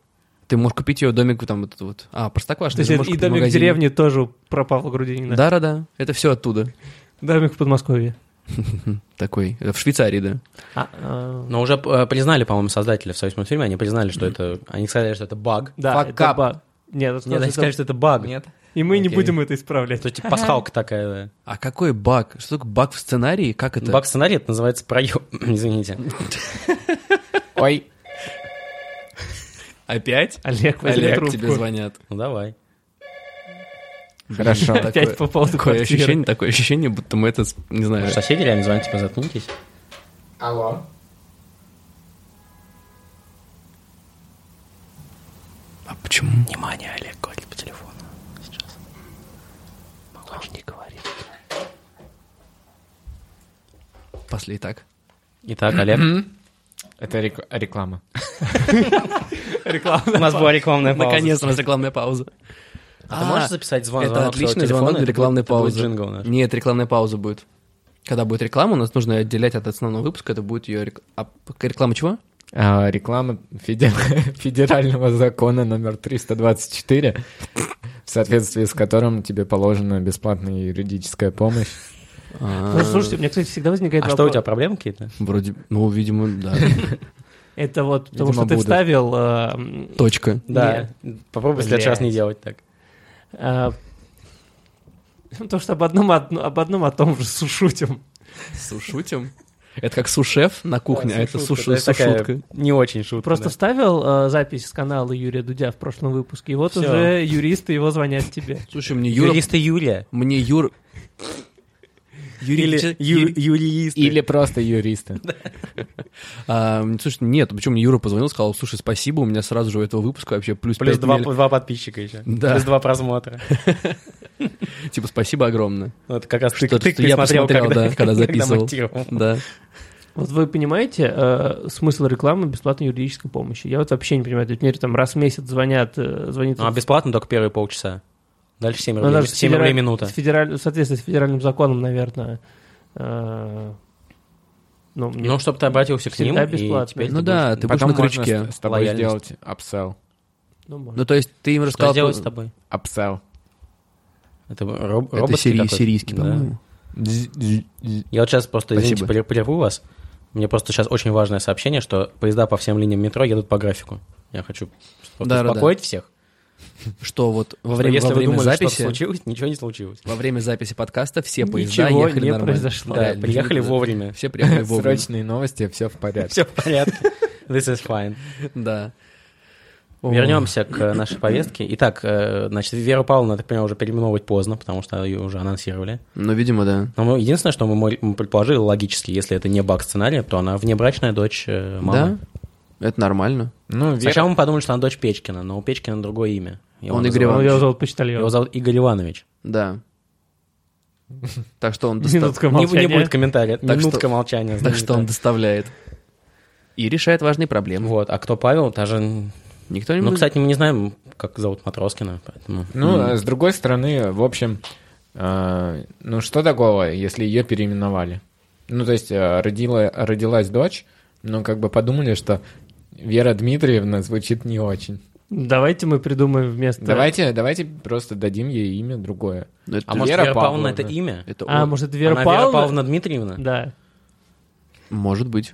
S3: Ты можешь купить ее домик там вот этот вот. А,
S4: То
S3: простоквашино.
S4: есть
S3: ты
S4: это
S3: можешь
S4: и
S3: купить в
S4: домик в
S3: магазине.
S4: деревне тоже про Павла Грудинина?
S3: Да-да-да, это все оттуда.
S4: Домик в Подмосковье.
S3: Такой, это в Швейцарии, да.
S4: А, а,
S1: Но уже э, признали, по-моему, создатели в советском фильме, они признали, что это... Они сказали, что это баг.
S4: Да,
S2: Fuck
S4: это
S2: up.
S4: ба- Нет, это
S1: Нет, они сказали, что это баг.
S2: Нет.
S4: И мы не
S3: Окей.
S4: будем это исправлять.
S1: То есть типа пасхалка такая, да.
S3: А какой баг? Что такое баг в сценарии? Как это?
S1: Баг сценарий, это называется проем. Извините.
S2: Ой,
S3: Опять?
S4: Олег, возьми
S3: Олег,
S4: трубку.
S3: тебе звонят.
S1: Ну давай.
S2: хорошо.
S3: Такое-
S4: Опять по поводу
S3: Такое
S4: квартиры.
S3: ощущение, такое ощущение, будто мы это, не знаю,
S1: Может, Соседи реально звонят, типа, заткнитесь.
S2: Алло.
S3: А почему?
S1: Внимание, Олег говорит по телефону. Сейчас. Малыш не говорит.
S3: Пошли и так.
S1: Итак, Олег,
S2: Это рек- реклама.
S1: у нас была рекламная пауза.
S3: Наконец-то у нас рекламная пауза.
S1: А ты можешь записать звон-
S3: Это
S1: звонок своего
S3: отличный
S1: телефона?
S3: звонок для
S1: Это
S3: рекламной
S1: будет- это будет
S3: паузы.
S1: джингл наш.
S3: Нет, рекламная пауза будет. Когда будет реклама, у нас нужно отделять от основного выпуска, это будет ее рек- а п- реклама чего?
S2: А, реклама феде- федерального закона номер 324, в соответствии с которым тебе положена бесплатная юридическая помощь.
S3: А,
S4: Ну, слушайте, у меня, кстати, всегда возникает
S1: А что, у
S4: вопрос.
S1: тебя проблемы какие-то?
S3: Вроде, ну, видимо, да.
S4: Это вот потому,
S2: Видимо,
S4: что ты
S2: будут.
S4: вставил... а, м,
S3: Точка.
S1: Да. Попробуй в следующий раз не
S4: Блядь.
S1: делать так.
S4: а, То, что об одном, одно- об одном о том же сушутим.
S3: Сушутим. Это как сушеф на кухне, а это сушу-
S1: Это такая
S3: сушутка.
S1: Не очень шутка.
S4: Просто
S1: да.
S4: вставил а, запись с канала Юрия Дудя в прошлом выпуске, и вот
S1: Всё.
S4: уже юристы его звонят тебе.
S3: Слушай, мне Юра...
S1: Юристы Юлия.
S3: Мне Юр...
S1: Или ю- юриисты.
S2: Или просто юристы.
S3: А, слушай, нет, почему мне Юра позвонил, сказал, слушай, спасибо, у меня сразу же у этого выпуска вообще плюс
S1: Плюс
S3: пять
S1: два,
S3: миль».
S1: два подписчика еще.
S3: Да.
S1: Плюс два просмотра.
S3: Типа, спасибо огромное.
S1: Ну, Это как раз ты,
S3: Что-то,
S1: ты
S3: что я
S1: пересмотрел,
S3: посмотрел,
S1: когда,
S3: да, когда записывал.
S1: монтировал.
S3: Да.
S4: Вот вы понимаете э, смысл рекламы бесплатной юридической помощи? Я вот вообще не понимаю. То есть мне там раз в месяц звонят, э, звонит...
S1: Ну, а бесплатно только первые полчаса. Дальше 7
S4: Ну,
S1: рублей,
S4: даже с
S1: семь
S4: федераль-
S1: рублей минута.
S4: с федераль- В соответствии с федеральным законом, наверное. э, Ну, мне-
S1: Ну, чтобы ты обратился к ним,
S4: Всегда
S1: и
S4: бесплатно.
S1: теперь
S3: Ну
S1: ты
S3: да, ты будешь
S2: Потом
S3: на
S2: можно
S3: крючке.
S2: с с тобой
S1: Лояльность.
S2: сделать апсел.
S4: ну, может.
S3: Ну, то есть ты им
S1: будешь- Что
S3: рассказал...
S1: делать
S3: про-
S1: с тобой?
S2: Апсел.
S1: Это роб-
S3: Это
S1: роботский
S3: сирий-
S1: какой-то?
S3: сирийский,
S1: Да.
S3: по-моему.
S1: Я вот сейчас просто, извините,
S3: Спасибо.
S1: прер- прерву вас. Мне просто сейчас очень важное сообщение, что поезда по всем линиям метро едут по графику. Я хочу просто
S3: Да-да-да.
S1: успокоить всех.
S3: Что вот во
S1: что
S3: время,
S1: если
S3: во
S1: вы
S3: время
S1: думали, что
S3: записи...
S1: случилось, ничего не случилось.
S3: Во время записи подкаста все поезда
S4: Ничего
S3: ехали
S4: не
S3: нормально.
S4: произошло.
S3: Да,
S1: Да, приехали
S3: да.
S1: вовремя.
S3: Все приехали вовремя.
S2: Срочные новости, все в порядке.
S1: Все в порядке. This is fine.
S3: Да.
S1: Вернемся к э, нашей повестке. Итак, э, значит, Веру Павловну, я так понимаю, уже переименовывать поздно, потому что ее уже анонсировали.
S3: Ну, видимо, да.
S1: Но мы- единственное, что мы, мо- мы предположили логически, если это не баг сценария, то она внебрачная дочь э, мамы.
S3: Да? Это нормально.
S2: Ну, Вера-
S1: Сначала мы подумали, что она дочь Печкина, но у Печкина другое имя. И
S3: Он
S1: называл-
S3: Игорь
S4: Ну,
S3: Иванович.
S4: его зовут почтальон.
S1: Его зовут Игорь Иванович.
S3: Да. Так что он доста-
S4: Минутка
S1: Не, не
S4: молчания.
S1: будет комментария.
S3: Так
S1: Минутка
S3: что-
S1: молчания.
S3: Так что он
S1: знаменитая.
S3: доставляет. И решает важные проблемы.
S1: Вот. А кто Павел, даже...
S3: Никто не
S1: Ну,
S3: будет-
S1: кстати, мы не знаем, как зовут Матроскина, поэтому...
S2: Ну, а с другой стороны, в общем, а, ну что такого, если ее переименовали? Ну, то есть а, родила, родилась дочь, но как бы подумали, что Вера Дмитриевна звучит не очень.
S4: Давайте мы придумаем вместо...
S2: Давайте, давайте просто дадим ей имя другое.
S3: Ну, это-
S1: А может,
S2: Вера
S1: Вера Павловна
S2: Павловна.
S1: это имя?
S3: это
S4: А,
S3: он.
S4: может, это Вера
S1: Она Вера
S4: Павловна?
S1: Павловна Дмитриевна?
S4: Да.
S3: Может быть.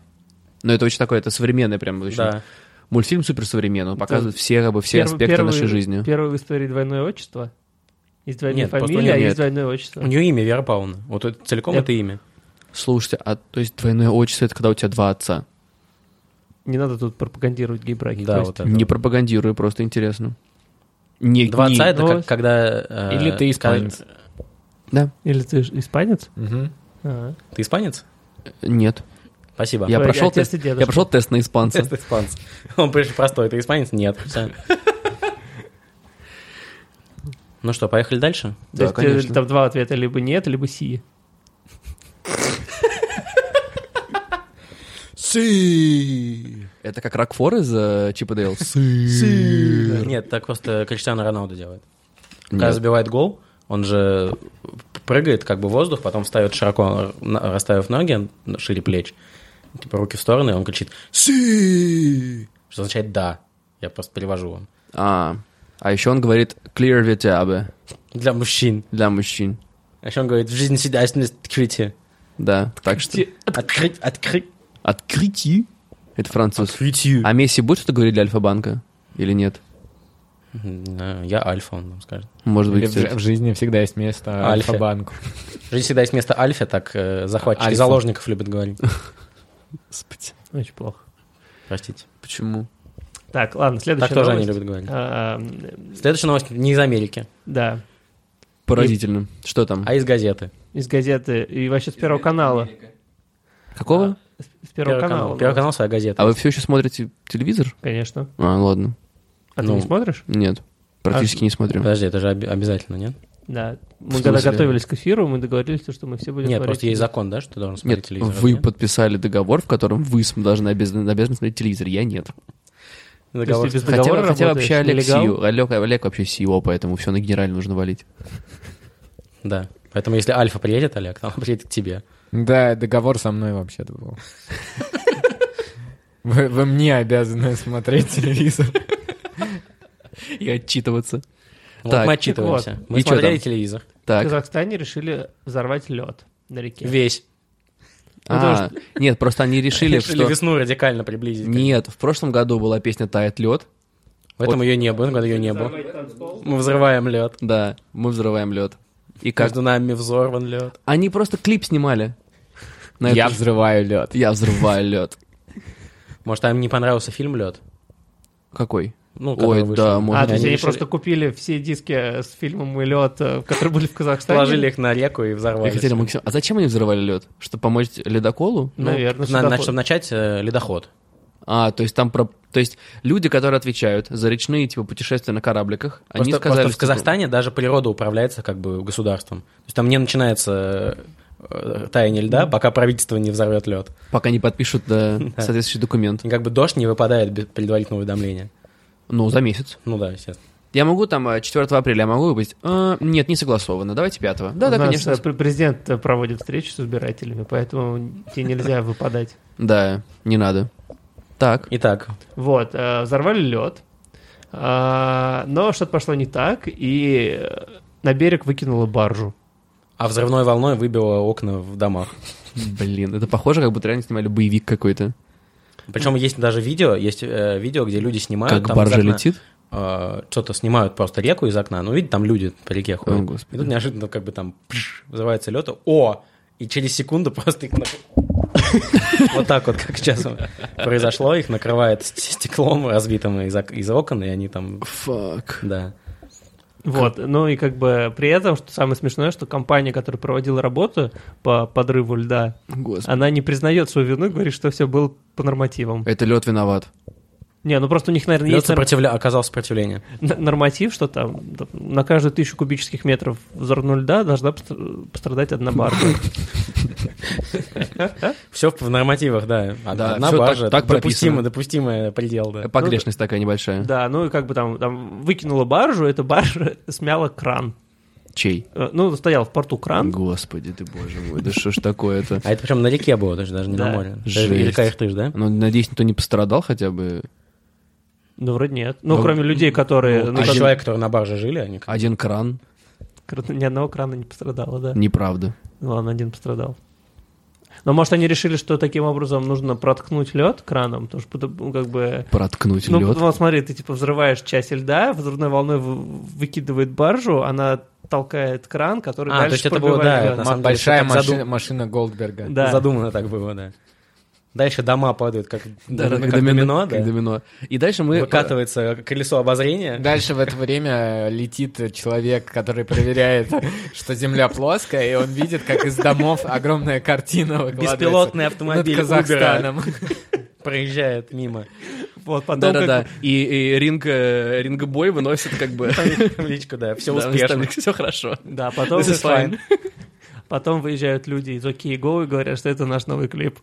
S3: Но это очень такое, это современное прям. очень-
S1: Да.
S3: Мультфильм суперсовременный, он показывает все, как бы, все
S4: Перв-
S3: аспекты
S4: первый-
S3: нашей жизни.
S4: Первое в истории двойное отчество. Есть двойная
S1: Нет, просто у
S4: фамилия,
S1: нее
S4: а
S3: нет.
S4: есть двойное отчество.
S1: У нее имя Вера Павловна. Вот это целиком
S4: Я-
S1: это имя.
S3: Слушайте, а то есть двойное отчество, это когда у тебя два отца.
S4: Не надо тут пропагандировать гей-браки.
S1: Да,
S4: Кость.
S1: вот это.
S3: Не пропагандирую, просто интересно. Не,
S1: Два
S3: не-
S1: отца это как
S4: новость.
S1: когда... э,
S2: Или ты
S1: когда-
S2: испанец.
S3: Да,
S4: Или ты ж испанец?
S2: Мгм.
S4: А.
S1: Ты испанец?
S3: нет.
S1: Спасибо.
S3: Я
S4: Твой
S3: прошел,
S4: отец
S3: тест,
S4: и дедушка.
S3: я прошел тест на испанца.
S1: Ты испанец. Он пришел простой. Ты испанец? Нет. Всё. Ну что, поехали дальше?
S4: То
S3: Да,
S4: есть
S3: конечно.
S4: э, там два ответа, либо нет, либо си.
S3: Это как Рокфор из э, Чипа Дейл.
S1: Нет, так просто Криштиану Роналду делает. Когда забивает гол, Он же прыгает как бы в воздух, потом встает широко, на- расставив ноги шире плеч, типа руки в стороны, и он кричит «Си!» Что означает «да». Я просто перевожу вам.
S3: А, а еще он говорит clear veteabe
S1: Для мужчин.
S3: для мужчин.
S1: А еще он говорит «в жизни всегда есть открытие».
S3: Да, так что...
S1: Открыть, открыть.
S3: Открытие. Это француз. А Месси будет что-то говорить для Альфа-банка? Или нет?
S1: М, не знаю, Я альфа, он нам скажет.
S3: Может
S2: Или
S3: быть,
S2: в, жи- в
S3: кстати.
S2: жизни всегда есть место
S1: Альфе.
S2: Альфа-банку.
S1: В жизни всегда есть место альфа, так э, захватчики
S2: Альфа.
S1: заложников любят говорить.
S3: Господи,
S4: Очень плохо.
S1: Простите.
S3: Почему?
S4: Так, ладно, следующая
S1: так тоже они
S4: новость.
S1: любят говорить.
S4: А, м,
S1: Следующая новость не из Америки,
S4: да,
S3: Поразительно. Что там?
S1: а из газеты.
S4: из газеты и вообще с Первого канала.
S3: Какого?
S4: С Первого канала.
S1: канал. Первый канал своя газета.
S3: А вы все еще смотрите телевизор?
S4: Конечно.
S3: А, ладно.
S4: А ты
S1: Ну.
S4: не смотришь?
S3: Нет. Практически не смотрю.
S1: Подожди, это же оби- обязательно, нет?
S4: Да.
S3: В
S4: Мы когда
S3: смысле?
S4: готовились к эфиру, мы договорились, что мы все будем
S1: Нет,
S4: смотреть.
S1: просто есть закон, да, что ты должен смотреть
S3: Нет,
S1: телевизор?
S3: вы
S1: нет?
S3: подписали договор, в котором вы см- должны обязаны, обязаны смотреть телевизор, я нет.
S4: То
S1: Договор.
S4: есть ты без
S3: Хотя,
S4: договора
S3: хотя
S4: работаешь,
S3: вообще Олег,
S4: нелегал?
S3: CEO, Олег, Олег вообще CEO, поэтому все на генерале нужно валить.
S1: Да. Поэтому если Альфа приедет, Олег, она приедет к тебе.
S2: Да, договор со мной вообще-то был. Вы, вы мне обязаны смотреть телевизор.
S3: И отчитываться.
S1: Вот
S3: Так,
S1: мы
S3: так
S1: отчитываемся.
S3: вот.
S1: Мы
S3: И чё
S1: смотрели
S3: там?
S1: телевизор.
S4: В
S3: Так.
S4: Казахстане решили взорвать лед на реке.
S1: Весь.
S3: А, нет, просто они решили,
S1: Решили
S3: что...
S1: весну радикально приблизить.
S3: Нет, в прошлом году была песня «Тает лед».
S1: В этом ее не было, когда ее не было. Мы взрываем лед.
S3: Да, мы взрываем лед. И как...
S1: Между нами взорван лед.
S3: Они просто клип снимали. На
S2: Я
S3: эту-
S2: взрываю лед.
S3: Я взрываю лед.
S1: Может, а им не понравился фильм Лед?
S3: Какой?
S1: Ну, который
S3: Ой,
S1: вышел.
S3: да,
S4: А,
S3: может
S4: то есть
S1: Они
S4: они
S1: решили-
S4: просто купили все диски с фильмом и лед, э, которые были в Казахстане.
S1: Положили их на реку и взорвали.
S3: Екатерина Максим- А зачем они взрывали лед? Чтобы помочь ледоколу?
S4: Ну, Наверное,
S1: На- на-
S4: сюда
S1: Чтобы начать э, ледоход.
S3: А, то есть там про... То есть люди, которые отвечают за речные, типа, путешествия на корабликах, они
S1: просто,
S3: сказали... типа,
S1: просто в
S3: что-
S1: Казахстане даже природа управляется как бы государством. То есть там не начинается э, таяние льда, пока правительство не взорвет лед.
S3: Пока не подпишут да, соответствующий документ.
S1: И как бы дождь не выпадает без предварительного уведомления.
S3: Ну, за месяц.
S1: Ну да, естественно.
S3: Я могу там э, 4 апреля, я могу быть? «А, нет, не согласовано. Давайте 5 Да,
S4: У
S3: да,
S4: нас,
S3: конечно.
S4: э, пр- Президент э, проводит встречи с избирателями, поэтому тебе нельзя выпадать.
S3: Да, не надо. Так.
S1: Итак,
S4: Вот, э, взорвали лед, а, но что-то пошло не так, и э, на берег выкинуло баржу.
S1: а взрывной волной выбило окна в домах.
S3: Блин, это похоже, как будто реально снимали боевик какой-то.
S1: Причем есть даже видео, есть э, видео, где люди снимают.
S3: Как
S1: там
S3: баржа
S1: из окна,
S3: летит.
S1: э, что-то снимают просто реку из окна. Ну, видите, там люди по реке ходят.
S3: господи.
S1: И тут неожиданно как бы там пш, взрывается лед. О! И через секунду просто их накрывает. Вот так вот, как сейчас произошло, их накрывает с- стеклом разбитым из ок- из окон, и они там,
S3: Фак.
S1: да.
S4: Вот, ну и как бы при этом, что самое смешное, что компания, которая проводила работу по подрыву льда,
S3: Господи.
S4: она не признает свою вину, говорит, что все было по нормативам.
S3: Это лед виноват.
S4: Не, ну просто у них, наверное,
S1: Лед
S4: есть нор-
S1: сопротивля... оказал сопротивление.
S4: н- норматив, что там д- на каждую тысячу кубических метров взорвного льда должна постр- пострадать одна баржа.
S1: Все в в нормативах, да.
S3: Да,
S1: Одна
S3: всё так-
S1: баржа,
S3: так прописано.
S1: допустимый, допустимый предел, да.
S3: Погрешность такая небольшая.
S4: Да, ну и как бы там, там выкинула баржу, эта баржа смяла кран.
S3: Чей?
S4: Э, Ну, стоял в порту кран,
S3: Господи ты, боже мой, да что ж такое-то?
S1: А это причем на реке было, даже, даже не
S4: Да.
S1: на море. Это
S3: Жесть.
S1: же Река Иртыш, да?
S3: Ну, надеюсь, никто не пострадал хотя бы.
S4: Ну, вроде нет. Ну,
S3: Ну,
S4: кроме людей, которые...
S3: ну,
S4: Ну,
S1: А
S4: как-
S1: человек, которые на барже жили, они как...
S3: Один кран,
S4: кра- Ни одного крана не пострадало, да.
S3: неправда.
S4: Ну, ладно, один пострадал. Но, может, они решили, что таким образом нужно проткнуть лед краном, потому что потом, ну, как бы...
S3: Проткнуть
S4: Ну,
S3: лед.
S4: вот смотри, ты, типа, взрываешь часть льда, взрывной волной вы- выкидывает баржу, она толкает кран, который
S1: А, то
S4: дальше
S1: есть это было,
S4: пробивает
S1: да,
S4: лед.
S1: на самом деле,
S2: Большая
S1: всё так задум-
S2: машина, машина Голдберга.
S4: Да.
S1: Задумано так было, да. Дальше дома падают, как,
S3: Да,
S1: как
S3: как
S1: домино,
S3: как
S1: да.
S3: домино. И дальше мы...
S1: Выкатывается колесо обозрения.
S2: Дальше в это время летит человек, который проверяет, что земля плоская, и он видит, как из домов огромная картина выкладывается
S1: Беспилотный
S2: над
S1: автомобиль Казахстана
S2: Казахстаном.
S1: проезжает мимо.
S4: Вот, потом
S3: э, Да,
S4: Ну, как-
S3: да, да. И, и ринг, э, рингобой выносит как бы...
S1: В личку, да, все успешно.
S3: Все хорошо.
S4: Да, потом...
S3: This is fine.
S4: Потом выезжают люди из OK Go и говорят, что это наш новый клип.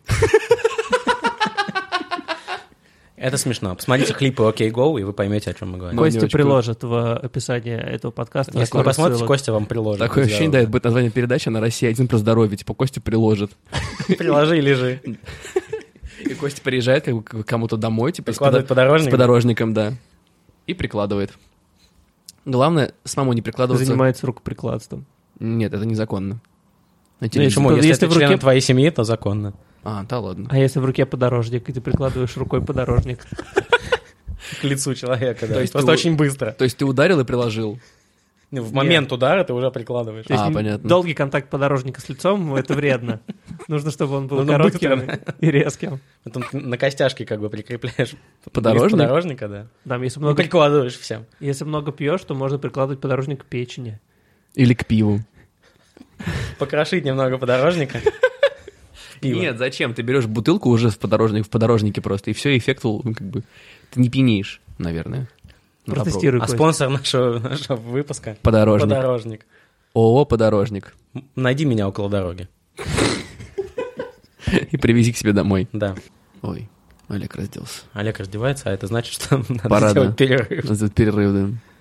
S1: Это смешно. Посмотрите клипы «Окей, Go, и вы поймете, о чем мы говорим.
S3: Ну, не
S4: Костя
S3: очень
S4: приложит в описании этого подкаста.
S1: Если вы
S4: несколько
S1: посмотрите,
S4: ссылок.
S1: Костя вам приложит.
S3: Такое
S1: друзья.
S3: ощущение, да, это будет название передачи на Россия один про здоровье, типа Костя приложит.
S1: Приложи и лежи.
S3: И Костя приезжает как бы к кому-то домой, типа с,
S1: Прикладывает
S3: подо- с
S1: подорожник.
S3: подорожником, да. И прикладывает. Главное, самому не прикладываться.
S4: Занимается рукоприкладством.
S3: Нет, это незаконно. На телевидении.
S1: Почему?
S4: Если
S1: Ну Если,
S4: в
S1: это
S4: руке-
S1: член твоей семьи, то законно.
S3: А, да ладно.
S4: А если в руке подорожник, и ты прикладываешь рукой подорожник?
S1: К лицу человека,
S3: То
S1: да.
S3: есть
S1: Просто
S3: ты-
S1: очень быстро.
S3: То есть ты ударил и приложил.
S1: Ну, В момент удара ты уже прикладываешь.
S4: То есть
S3: А,
S4: н-
S3: понятно.
S4: Долгий контакт подорожника с лицом — это вредно. Нужно, чтобы он был
S1: Нужно
S4: коротким
S1: быстро,
S4: и резким.
S1: Потом ты на костяшке как бы прикрепляешь. лист
S3: Подорожник? а
S1: Подорожника, да.
S4: Там, если
S1: Ну,
S4: много,
S1: прикладываешь всем.
S4: если много пьешь, то можно прикладывать подорожник к печени.
S3: Или к пиву.
S1: Покрошить немного подорожника. Пиво.
S3: Нет, зачем? Ты берешь бутылку уже в, подорожник, в подорожнике просто, и все, эффект, ну, как бы, ты не пьянеешь, наверное. Ну, попробуй.
S4: Протестируй,
S1: А
S4: Кость.
S1: спонсор нашего, нашего выпуска
S3: Подорожник.
S1: подорожник.
S3: ООО «Подорожник».
S1: М, Найди меня около дороги.
S3: И привези к себе домой.
S1: Да.
S3: Ой, Олег разделся.
S1: Олег раздевается, а это значит, что надо
S3: Пора, да.
S1: сделать перерыв.
S3: Этот перерыв, да.